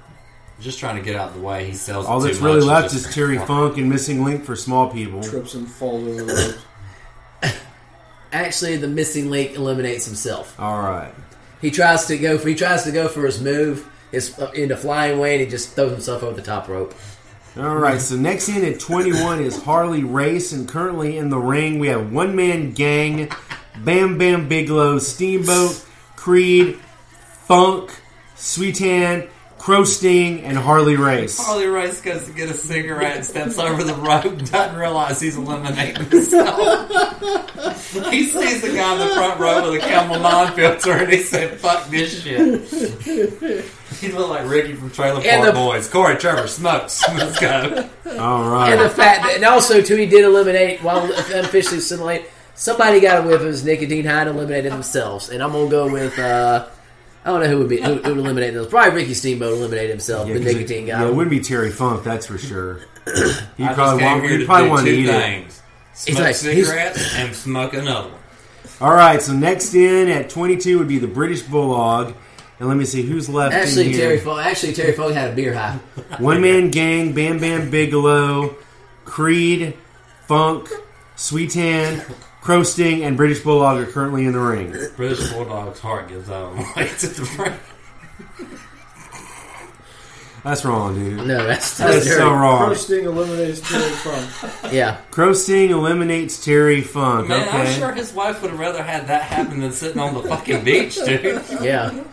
Just trying to get out of the way. He sells. it All too that's really much and left just- is Terry Funk and Missing Link for small people. Trips and falls over the ropes. Actually, the missing link eliminates himself. All right. He tries to go for. He tries to go for his move. His uh, into flying way, and he just throws himself over the top rope. All right. So next in at 21 is Harley Race, and currently in the ring we have One Man Gang, Bam Bam Bigelow, Steamboat, Creed, Funk, Sweetan, Crow Sting, and Harley Race. Oh, Harley Race goes to get a cigarette and steps over the rope, doesn't realize he's eliminating himself. he sees the guy in the front row with a camel non filter and he said, Fuck this shit. he looked like Ricky from Trailer And Park the- Boys. Corey Trevor smokes. Let's go. All And the right. fact that, and also too, he did eliminate while unofficially assimilate. Somebody got a whiff of his nicotine high and eliminated themselves. And I'm gonna go with. uh I don't know who would be who, who would eliminate those. Probably Ricky Steamboat eliminated himself, Yeah, the 'cause it- nicotine guy. yeah, it wouldn't be Terry Funk, that's for sure. He I just probably, came want, here he to probably do wanted to two eat it. things He's smoke like- he's- cigarettes and smoke another one. All right, so next in at 22 would be the British Bulldog. And let me see who's left. in Actually, here. Terry Funk. Actually, Terry Funk had a beer high. One Man Gang, Bam Bam Bigelow, Creed, Funk, Sweetan, Crow Sting, and British Bulldog are currently in the ring. British Bulldog's heart gives out on the way to the front. That's wrong, dude. No, that's, That's that's Terry. so wrong. First Sting eliminates Terry Funk. Yeah, Crow Sting eliminates Terry Funk. Man, I'm okay. sure his wife would have rather had that happen than sitting on the fucking beach, dude. yeah.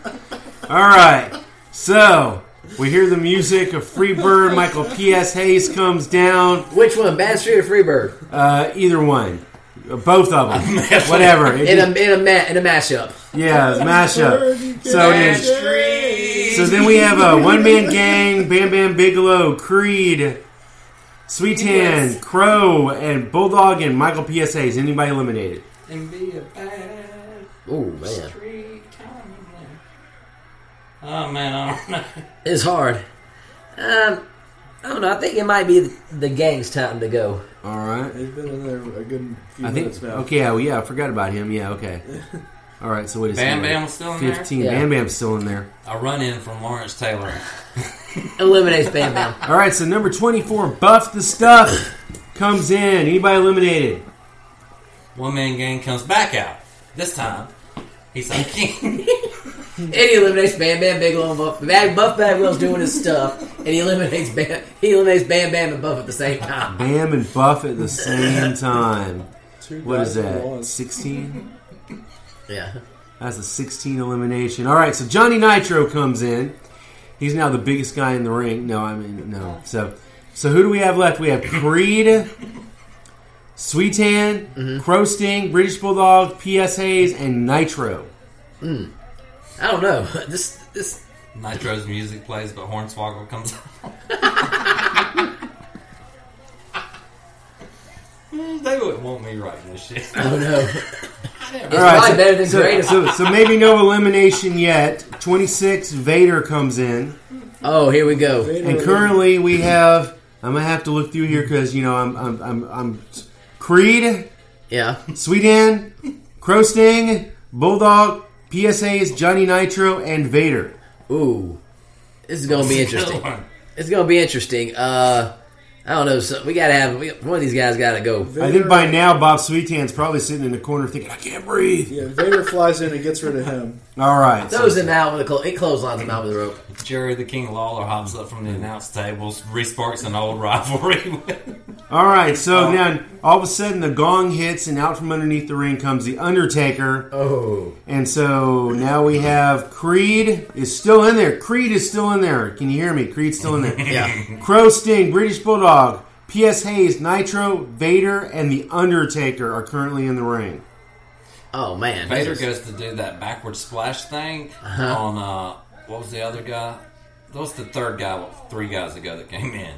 All right. So we hear the music of Freebird. Michael P.S. Hayes comes down. Which one, Bad Street or Freebird? Uh, either one, both of them, whatever. It In a just- in a ma- in a mashup. yeah, it's a mashup. So it is. So then we have a one man gang, Bam Bam Bigelow, Creed, Sweet Tan, Crow, and Bulldog, and Michael P.S. Hayes. Anybody eliminated? And be a bad Oh man, street kind of man. Oh man, I don't know. it's hard. Um, I don't know. I think it might be the, the gang's time to go. All right. It's been another a good few I minutes think. now. Okay. Yeah. Well, yeah. I forgot about him. Yeah. Okay. All right. So what is Bam he? Bam was still in there? Fifteen. Yeah. Bam Bam's still in there. A run in from Lawrence Taylor. Eliminates Bam Bam. All right. So number twenty-four, Buff the Stuff, comes in. Anybody eliminated? One man gang comes back out. This time, he's like king. and he eliminates Bam Bam Bigelow and Buff. Bag, Buff Bagwell's doing his stuff, and he eliminates Bam. He eliminates Bam Bam and Buff at the same time. Bam and Buff at the same time. What is that? 2001. Sixteen. Yeah. That's a sixteen elimination. All right. So Johnny Nitro comes in. He's now the biggest guy in the ring. No, I mean no. So, so who do we have left? We have Creed. Sweet Tan, Crow Sting, British Bulldog, P.S. Hayes, and Nitro. I don't know. This this Nitro's music plays, but Hornswoggle comes out. Mm, they wouldn't want me writing this shit. I don't know. It's All probably better than so, greatest. so, so maybe no elimination yet. 26, Vader comes in. oh, here we go. And currently we have, I'm going to have to look through here because, you know, I'm, I'm, I'm, I'm Creed, Yeah. Sweden, Crow Sting, Bulldog, PSAs, Johnny Nitro, and Vader. Ooh, this is gonna be interesting. Good one. It's gonna be interesting. Uh, I don't know. So we gotta have we, one of these guys gotta go. I think by now Bob Sweetan's probably sitting in the corner thinking, I can't breathe. Yeah, Vader flies in and gets rid of him. All right. so- Throws him out with a clo- it clotheslines him out with a rope. Jerry the King Lawler hops up from the announce tables, resparks an old rivalry. All right, so Oh. now all of a sudden the gong hits, and out from underneath the ring comes the Undertaker, Oh, and so now we have Creed is still in there. Creed is still in there. Can you hear me? Creed's still in there. Yeah. Crow Sting, British Bulldog, P.S. Hayes, Nitro, Vader, and the Undertaker are currently in the ring. oh man. Vader goes to do that backward splash thing Uh-huh. on uh, what was the other guy? That was the third guy, what, three guys ago that came in.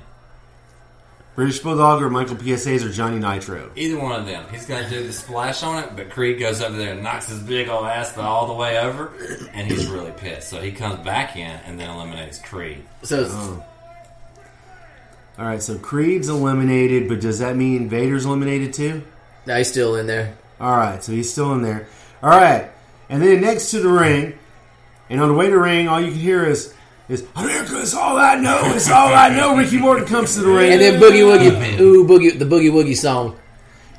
British Bulldog or Michael P.S. Hayes or Johnny Nitro. Either one of them. He's going to do the splash on it, but Creed goes over there and knocks his big old ass all the way over, and he's really pissed. So he comes back in and then eliminates Creed. So it's, uh, All right, so Creed's eliminated, but does that mean Vader's eliminated too? now he's still in there. All right, so he's still in there. All right, and then next to the ring, and on the way to the ring, all you can hear is is America is all I know. It's all I know. Ricky Morton comes to the ring, And then boogie uh, woogie, ooh boogie, the boogie woogie song.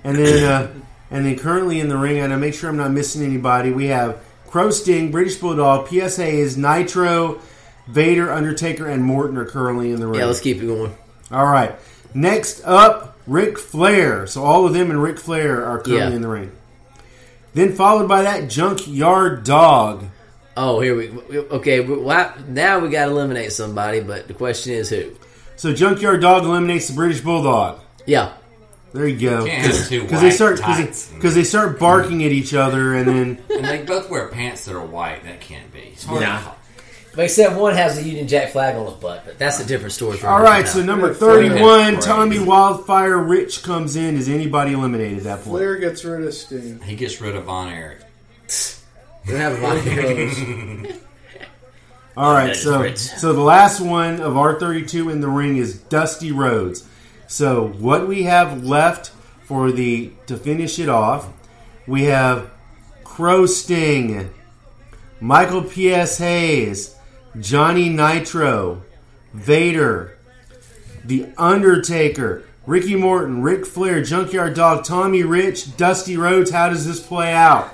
and then, uh, and then currently in the ring, and I make sure I'm not missing anybody. We have Crow Sting, British Bulldog, PSA is Nitro, Vader, Undertaker, and Morton are currently in the ring. Yeah, let's keep it going. all right, next up, Ric Flair. So all of them and Ric Flair are currently Yeah. in the ring. Then followed by that Junkyard Dog. Oh, here we we- okay. we- Well, I- now we gotta eliminate somebody, but the question is who? So Junkyard Dog eliminates the British Bulldog. Yeah. There you go. Yeah, two they white start because tights. they, 'cause they start barking at each other, and then And they both wear pants that are white. That can't be. It's hard to Nah. call. But except one has a Union Jack flag on the butt, but that's a different story. For all another right. time. So number Flair. thirty-one, Flair. Tommy Wildfire Rich comes in. Is anybody eliminated at that point? Flair gets rid of Sting. He gets rid of Von Erich. we don't have a lot here. All right. That is So Rich. so the last one of our thirty-two in the ring is Dusty Rhodes. So what we have left for the to finish it off, we have Crow Sting, Michael P.S. Hayes, Johnny Nitro, Vader, The Undertaker, Ricky Morton, Ric Flair, Junkyard Dog, Tommy Rich, Dusty Rhodes. How does this play out?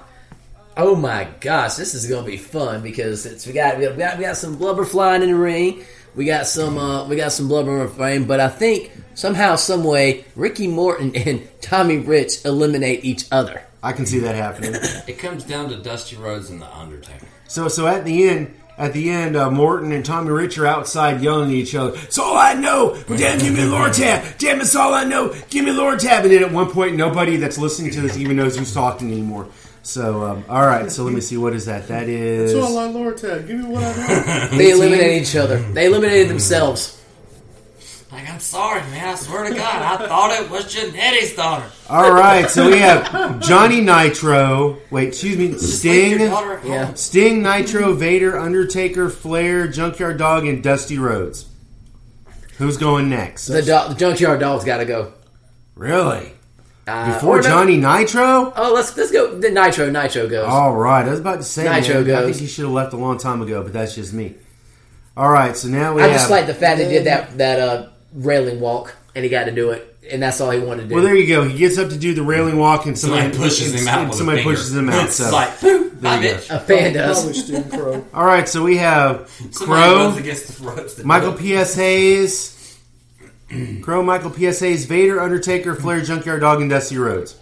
Oh my gosh, this is gonna be fun because it's we got we got we got some blubber flying in the ring. We got some uh, we got some blubber in the frame, but I think somehow, some way, Ricky Morton and Tommy Rich eliminate each other. I can see that happening. It comes down to Dusty Rhodes and The Undertaker. So so at the end, At the end, uh, Morton and Tommy Rich are outside yelling at each other. It's all I know. Damn, give me Lord Tab. Damn, it's all I know. Give me Lord Tab. And then at one point, nobody that's listening to this even knows who's talking anymore. So, um, all right. So let me see. What is that? That is. So I Lord Ted, give me what I know. They eliminate each other. They eliminated themselves. Like, I'm sorry, man. I swear to God, I thought it was Janetti's daughter. All right. So we have Johnny Nitro. Wait, excuse me. Just leave Sting. your daughter at home. Yeah. Sting, Nitro, Vader, Undertaker, Flair, Junkyard Dog, and Dusty Rhodes. Who's going next? The, do- the junkyard dog's got to go. really? Uh, Before or no- Johnny Oh, Nitro? Oh, let's let's go. The Nitro Nitro goes. All right, I was about to say, Nitro man, I goes. think he should have left a long time ago, but that's just me. All right, so now we I have. just like the fact that he did that that uh, railing walk, and he got to do it, and that's all he wanted to do. well, there you go. He gets up to do the railing walk, and somebody, Somebody pushes and- him out. and with a somebody finger. pushes him out. It's So. like, boop, bye, you go. bitch. a fan Probably does. Steam Crow. All right, so we have Somebody runs Crow, against the ropes. to Michael do it. P.S. Hayes, Crow, Michael P.S. Hayes, Vader, Undertaker, Flair, Junkyard Dog, and Dusty Rhodes.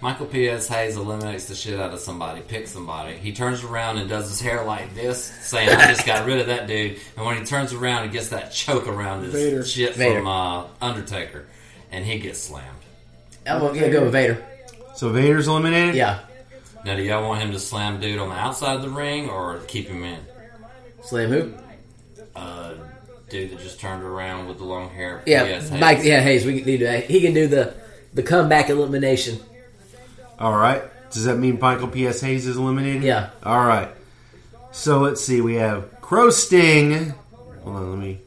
Michael P.S. Hayes eliminates the shit out of somebody, picks somebody. He turns around and does his hair like this, saying, I just got rid of that dude. And when he turns around, he gets that choke around his Vader. shit Vader. from uh, Undertaker. And he gets slammed. I'm gonna go with Vader. So Vader's eliminated. Yeah, Now, do y'all want him to slam dude on the outside of the ring or keep him in? Slam who? Uh, dude that just turned around with the long hair. Yeah, P.S. Hayes. Mike. Yeah, Hayes. We can do that. He can do the the comeback elimination. All right. Does that mean Michael P.S. Hayes is eliminated? Yeah. All right. So let's see. We have Crow Sting. Hold on. Let me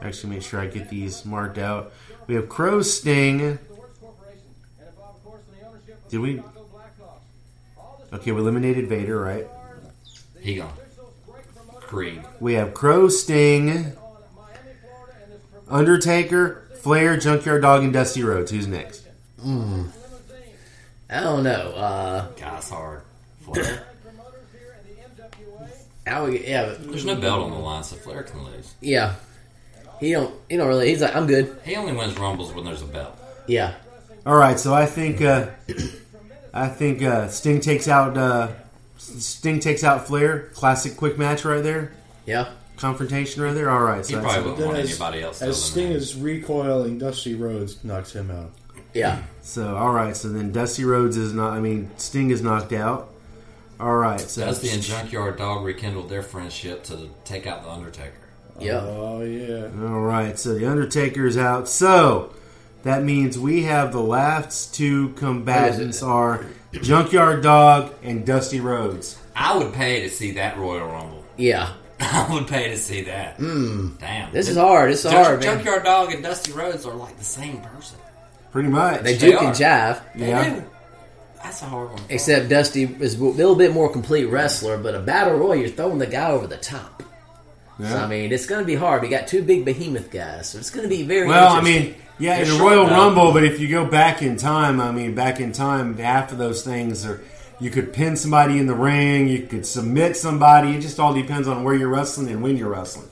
actually make sure I get these marked out. We have Crow Sting. Did we? Okay, we eliminated Vader, right? He gone. Creed. We have Crow Sting, Undertaker, Flair, Junkyard Dog, and Dusty Rhodes. Who's next? I don't know. Uh, Guys hard. Flair. I would, yeah, but- There's no belt on the line, so Flair can lose. yeah. He don't. He don't really. He's like, I'm good. He only wins Rumbles when there's a belt. Yeah. All right, so I think uh, I think uh, Sting takes out uh, Sting takes out Flair. Classic quick match right there, Yeah. confrontation right there. All right, He so that's- probably wouldn't Then want as, anybody else. to as Sting eliminate him. is recoiling, Dusty Rhodes knocks him out. Yeah. so all right, so then Dusty Rhodes is not. I mean, Sting is knocked out. All right, so Dusty and Junkyard Dog rekindled their friendship to take out the Undertaker. Yeah. Oh yeah. all right, so the Undertaker is out. So that means we have the last two combatants are Junkyard Dog and Dusty Rhodes. I would pay to see that Royal Rumble. Yeah. I would pay to see that. Damn, Hmm. This is hard. This is Junk- hard, man. Junkyard Dog and Dusty Rhodes are like the same person. Pretty much, They do They can are. jive, They Yeah. do. That's a hard one. except Dusty is a little bit more complete wrestler. But a battle royal, you're throwing the guy over the top. So, I mean, it's going to be hard. We got two big behemoth guys, so it's going to be very. Well, I interesting. mean, yeah, They're in the short Royal now. Rumble, but if you go back in time, I mean, back in time, half of those things are you could pin somebody in the ring, you could submit somebody. It just all depends on where you're wrestling and when you're wrestling.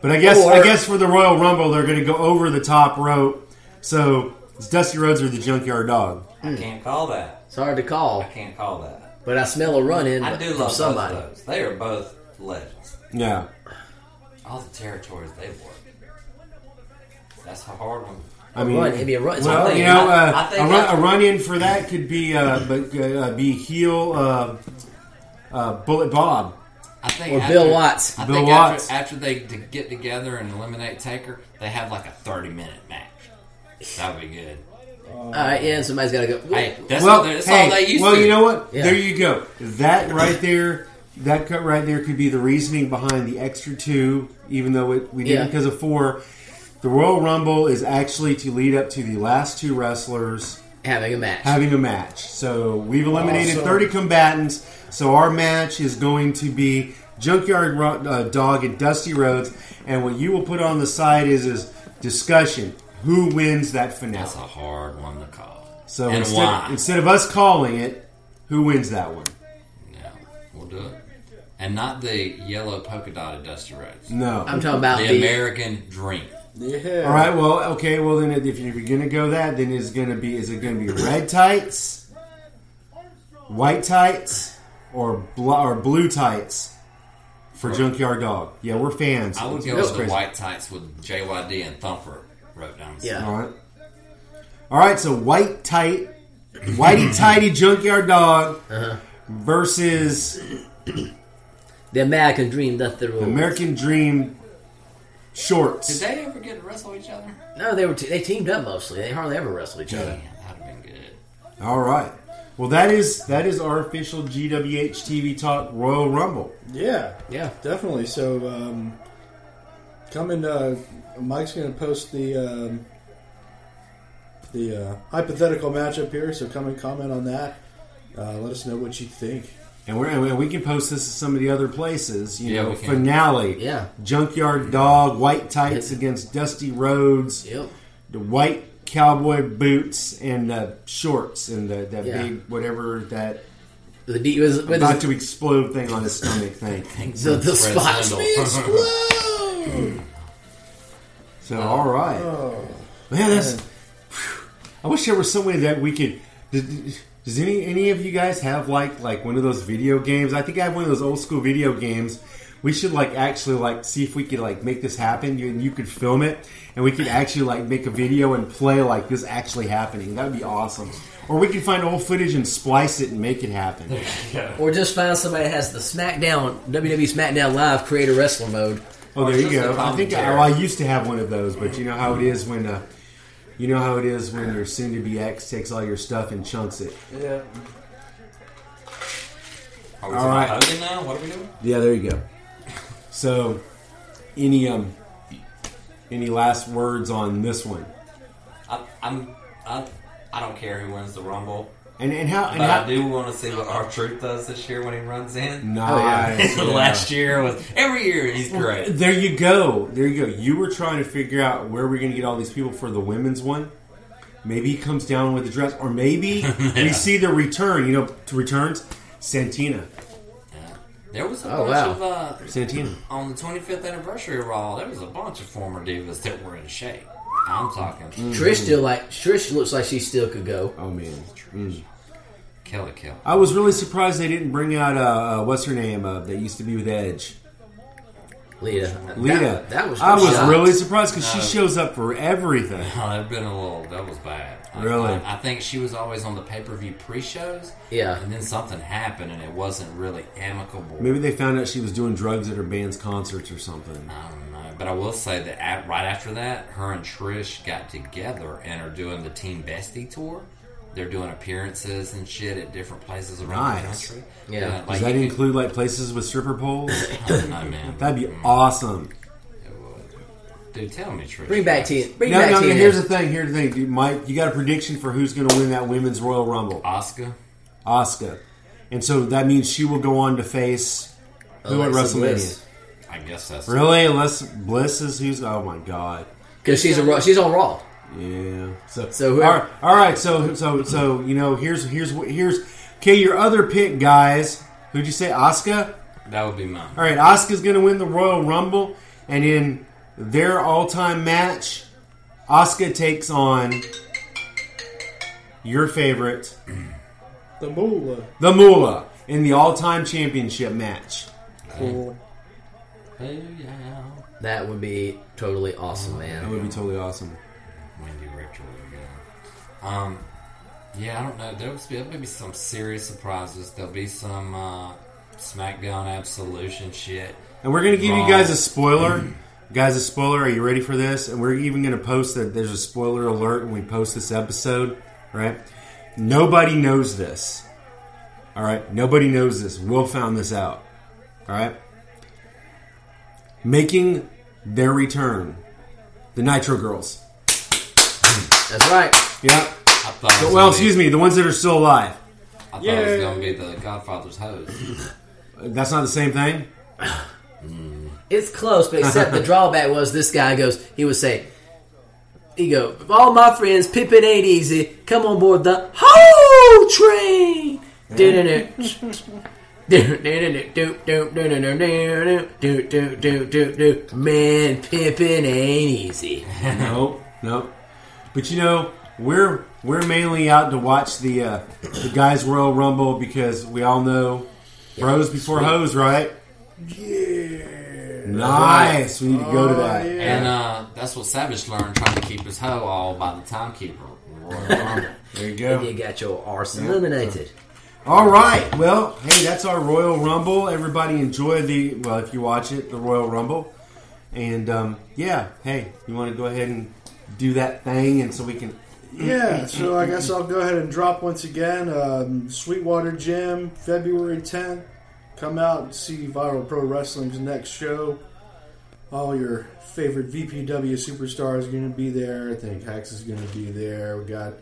But I guess I Or- guess for the Royal Rumble, they're going to go over the top rope. So it's Dusty Rhodes or the Junkyard Dog. hmm. I can't call that. it's hard to call, I can't call that. but I smell a run in I do from love somebody. both of those. They are both legends. Yeah. All the territories they've worked. That's a hard one. I mean, run, it'd be a run. It's well, one thing. you know, I- uh, I think a, run, I- a run-in for that could be, uh, but uh, be heel uh, uh, Bullet Bob. I think Or after- Bill Watts. I Bill think Watts. After, after they d- get together and eliminate Taker, they have like a 30 minute match. That would be good. All right, yeah, and somebody's got to go. Hey, that's, well, all, they, that's hey, all they used well, to. you know what? Yeah. There you go. That right there, that cut right there could be the reasoning behind the extra two, even though it, we did Yeah. it because of four. The Royal Rumble is actually to lead up to the last two wrestlers having a match. having a match. So we've eliminated Awesome. 30 combatants. So our match is going to be Junkyard Ro- uh, Dog and Dusty Rhodes. And what you will put on the side is is discussion. Who wins that finale? That's a hard one to call. So and instead, why? instead of us calling it, who wins that one? No, we'll do it. And not the yellow polka dotted Dusty Rhodes. No. I'm talking about The the. American Dream. Yeah. All right. Well, okay. Well, then if you're gonna go that, then it's gonna be is it gonna be red tights, white tights, or bl- or blue tights for Junkyard Dog. Yeah, we're fans. I would go That's with the crazy. white tights with JYD and Thumper wrote down. Yeah. All right. All right. So white tight, whitey tighty Junkyard Dog Uh-huh. versus The American Dream, that's the rule. American Dream Did shorts. they ever get to wrestle each other? No, they were t- they teamed up mostly. They hardly ever wrestled each other. Damn, that'd have been good. All right. Well, that is that is our official GWH TV Talk Royal Rumble. Yeah, Yeah. definitely. So, um, come and uh, Mike's going to post the um, the uh, hypothetical matchup here. So come and comment on that. Uh, let us know what you think. And, we're, and we can post this to some of the other places. You Yeah, know, we can. finale. Yeah. Junkyard Dog, White Tights against Dusty Rhodes, Yep. the White Cowboy Boots, and uh, Shorts, and the, that Yeah. big whatever that The D was with about the, to explode thing on his stomach thing. the, the Fred spots Sandel. being explode. So, all right. Man, that's. I wish there was some way that we could. Did, does any any of you guys have like like one of those video games? I think I have one of those old school video games. We should like actually like see if we could like make this happen. You and you could film it, and we could actually like make a video and play like this actually happening. That would be awesome. Or we could find old footage and splice it and make it happen. or just find somebody that has the SmackDown WWE SmackDown Live Creator Wrestler mode. Oh, there you just go. the I think I, commentary. well, I used to have one of those, but you know how it is when uh, you know how it is when your soon-to-be ex takes all your stuff and chunks it. Yeah. Are we All talking right. Hogan now? What are we doing? Yeah, there you go. So, any um, any last words on this one? I, I'm I, I don't care who wins the Rumble, And and how? And but how I do want to see what our truth does this year when he runs in. nice. yeah. Last year was every year he's great. There you go. There you go. You were trying to figure out where we're going to get all these people for the women's one. Maybe he comes down with a dress, or maybe we see the return. You know, returns Santina. Yeah. There was a Oh, bunch wow. of uh, Santina. on the 25th anniversary of Raw. There was a bunch of former divas that were in shape. I'm talking Trish still like Trish looks like she still could go. Oh man. Kelly Kelly. I was really surprised they didn't bring out uh, uh, what's her name uh, that used to be with Edge. Lita, Lita. That, that was Uh, I was shocked. really surprised because she shows up for everything. Oh, that'd been a little. That was bad. I- Really? I, I think she was always on the pay per view pre shows. Yeah. And then something happened, and it wasn't really amicable. Maybe they found out she was doing drugs at her band's concerts or something. I don't know, Um, but I will say that at, right after that, her and Trish got together and are doing the Team Bestie tour. They're doing appearances and shit at different places around Nice. the country. Uh, Yeah. like Does that you could- include like places with stripper poles? I don't know, man. That'd be awesome. Dude, tell me, Trish. Bring back T. Bring No, back no, T. here's the thing. Here's the thing, dude, Mike. You got a prediction for who's going to win that women's Royal Rumble? Oscar. Oscar, and so that means she will go on to face who at Alexa WrestleMania? Bliss. I guess that's Really? Unless Bliss is who's? Oh my god. because she's a Raw- she's on Raw. Yeah. So So who- all right, all right. So so so you know here's here's what- here's okay. Your other pick, guys. Who'd you say? Oscar. that would be mine. All right, Oscar's going to win the Royal Rumble, and in their all-time match, Oscar takes on your favorite, The Moolah. the Moolah, in the all-time championship match. Cool. Booyah. That would be totally awesome, Oh, That man. would be totally awesome. Wendy Richter would go. Um, yeah, I don't know. There was there may be some serious surprises. There'll be some uh, SmackDown Absolution shit. And we're going to give you Raw. guys a spoiler. Guys, a spoiler. Are you ready for this? And we're even going to post that there's a spoiler alert when we post this episode, right? Nobody knows this. All right? Nobody knows this. Will found this out. All right? Making their return. The Nitro Girls. That's right. Yeah. I thought. it was Well, gonna be- excuse me. The ones that are still alive. I thought it was gonna be the Godfather's hose. That's not the same thing? It's close, but except the drawback was this guy goes. He would say, "He go, all my friends, Pippin ain't easy. Come on board the whole train." Man, Pippin ain't easy. No, no. But you know, we're we're mainly out to watch the uh, the guys Royal Rumble because we all know Bros before hoes, right? Yeah. Nice. We need to go to that. And uh, that's what Savage learned trying to keep his hoe all by the timekeeper. there you go. And you got your arse Yeah. eliminated. All right. Well, hey, that's our Royal Rumble. Everybody enjoy the well if you watch it, the Royal Rumble. And um, yeah, hey, you want to go ahead and do that thing, and so we can. Yeah, so I guess I'll go ahead and drop once again. Um, Sweetwater Gym, February 10th. Come out and see Viral Pro Wrestling's next show. All your favorite VPW superstars are going to be there. I think Hex is going to be there. We got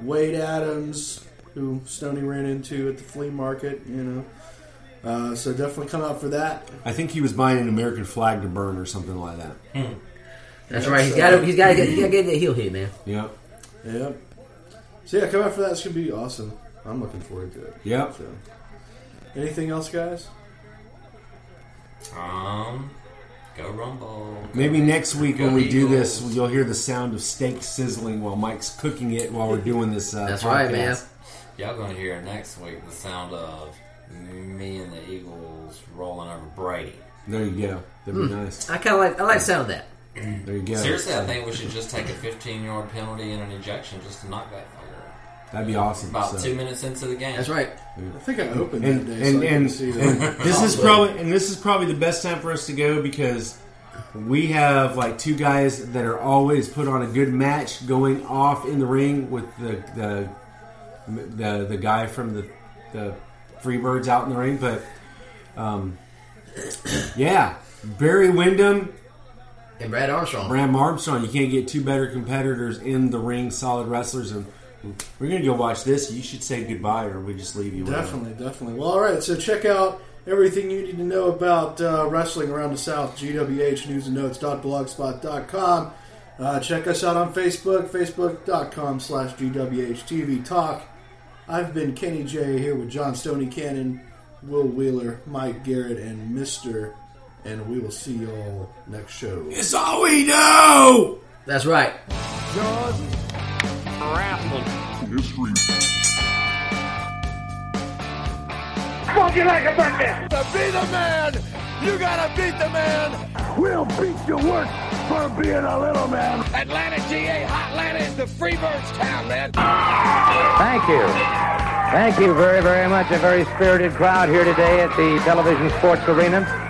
Wade Adams, who Stoney ran into at the flea market, you know. Uh, so definitely come out for that. I think he was buying an American flag to burn or something like that. That's Yeah, right. He's so- got to. He's got to get. He's got to get that heel hit, man. Yep. Yep. So yeah, come out for that. It's going to be awesome. I'm looking forward to it. Yep. So, anything else, guys? Um, go Rumble. Maybe next week when we do Eagles. this, you'll hear the sound of steak sizzling while Mike's cooking it while we're doing this. Uh, That's right, man. podcast. Y'all gonna hear next week the sound of me and the Eagles rolling over Brady. There you go. That'd be nice. I kind of like. I like the sound of that. There you go. Seriously, I think we should just take a 15 yard penalty and an ejection just to knock that fucker. that'd be awesome. About so. two minutes into the game. That's right. I think I opened and that day, and, so I can and, see and that. this is Probably. probably and this is probably the best time for us to go because we have like two guys that are always put on a good match going off in the ring with the the the, the guy from the the Freebirds out in the ring, but um, yeah, Barry Windham, And Brad Armstrong. Bram Armstrong. You can't get two better competitors in the ring, solid wrestlers, and we're gonna go watch this. You should say goodbye, or we just leave you. with it. Definitely, definitely. Well, all right. So check out everything you need to know about uh, wrestling around the South. GWH News and Notes blogspot.com. Uh, check us out on Facebook, facebook.com slash GWH TV Talk. I've been Kenny J here with John Stoney Cannon, Will Wheeler, Mike Garrett, and Mister. And we will see y'all next show. It's all we know. That's right. Grappling. Funky like a bun man. To be the man, you gotta beat the man. We'll beat your work for being a little man. Atlanta, GA, Hotlanta is the Freebirds town, man. Thank you. Thank you very, very much. A very spirited crowd here today at the Television Sports Arena.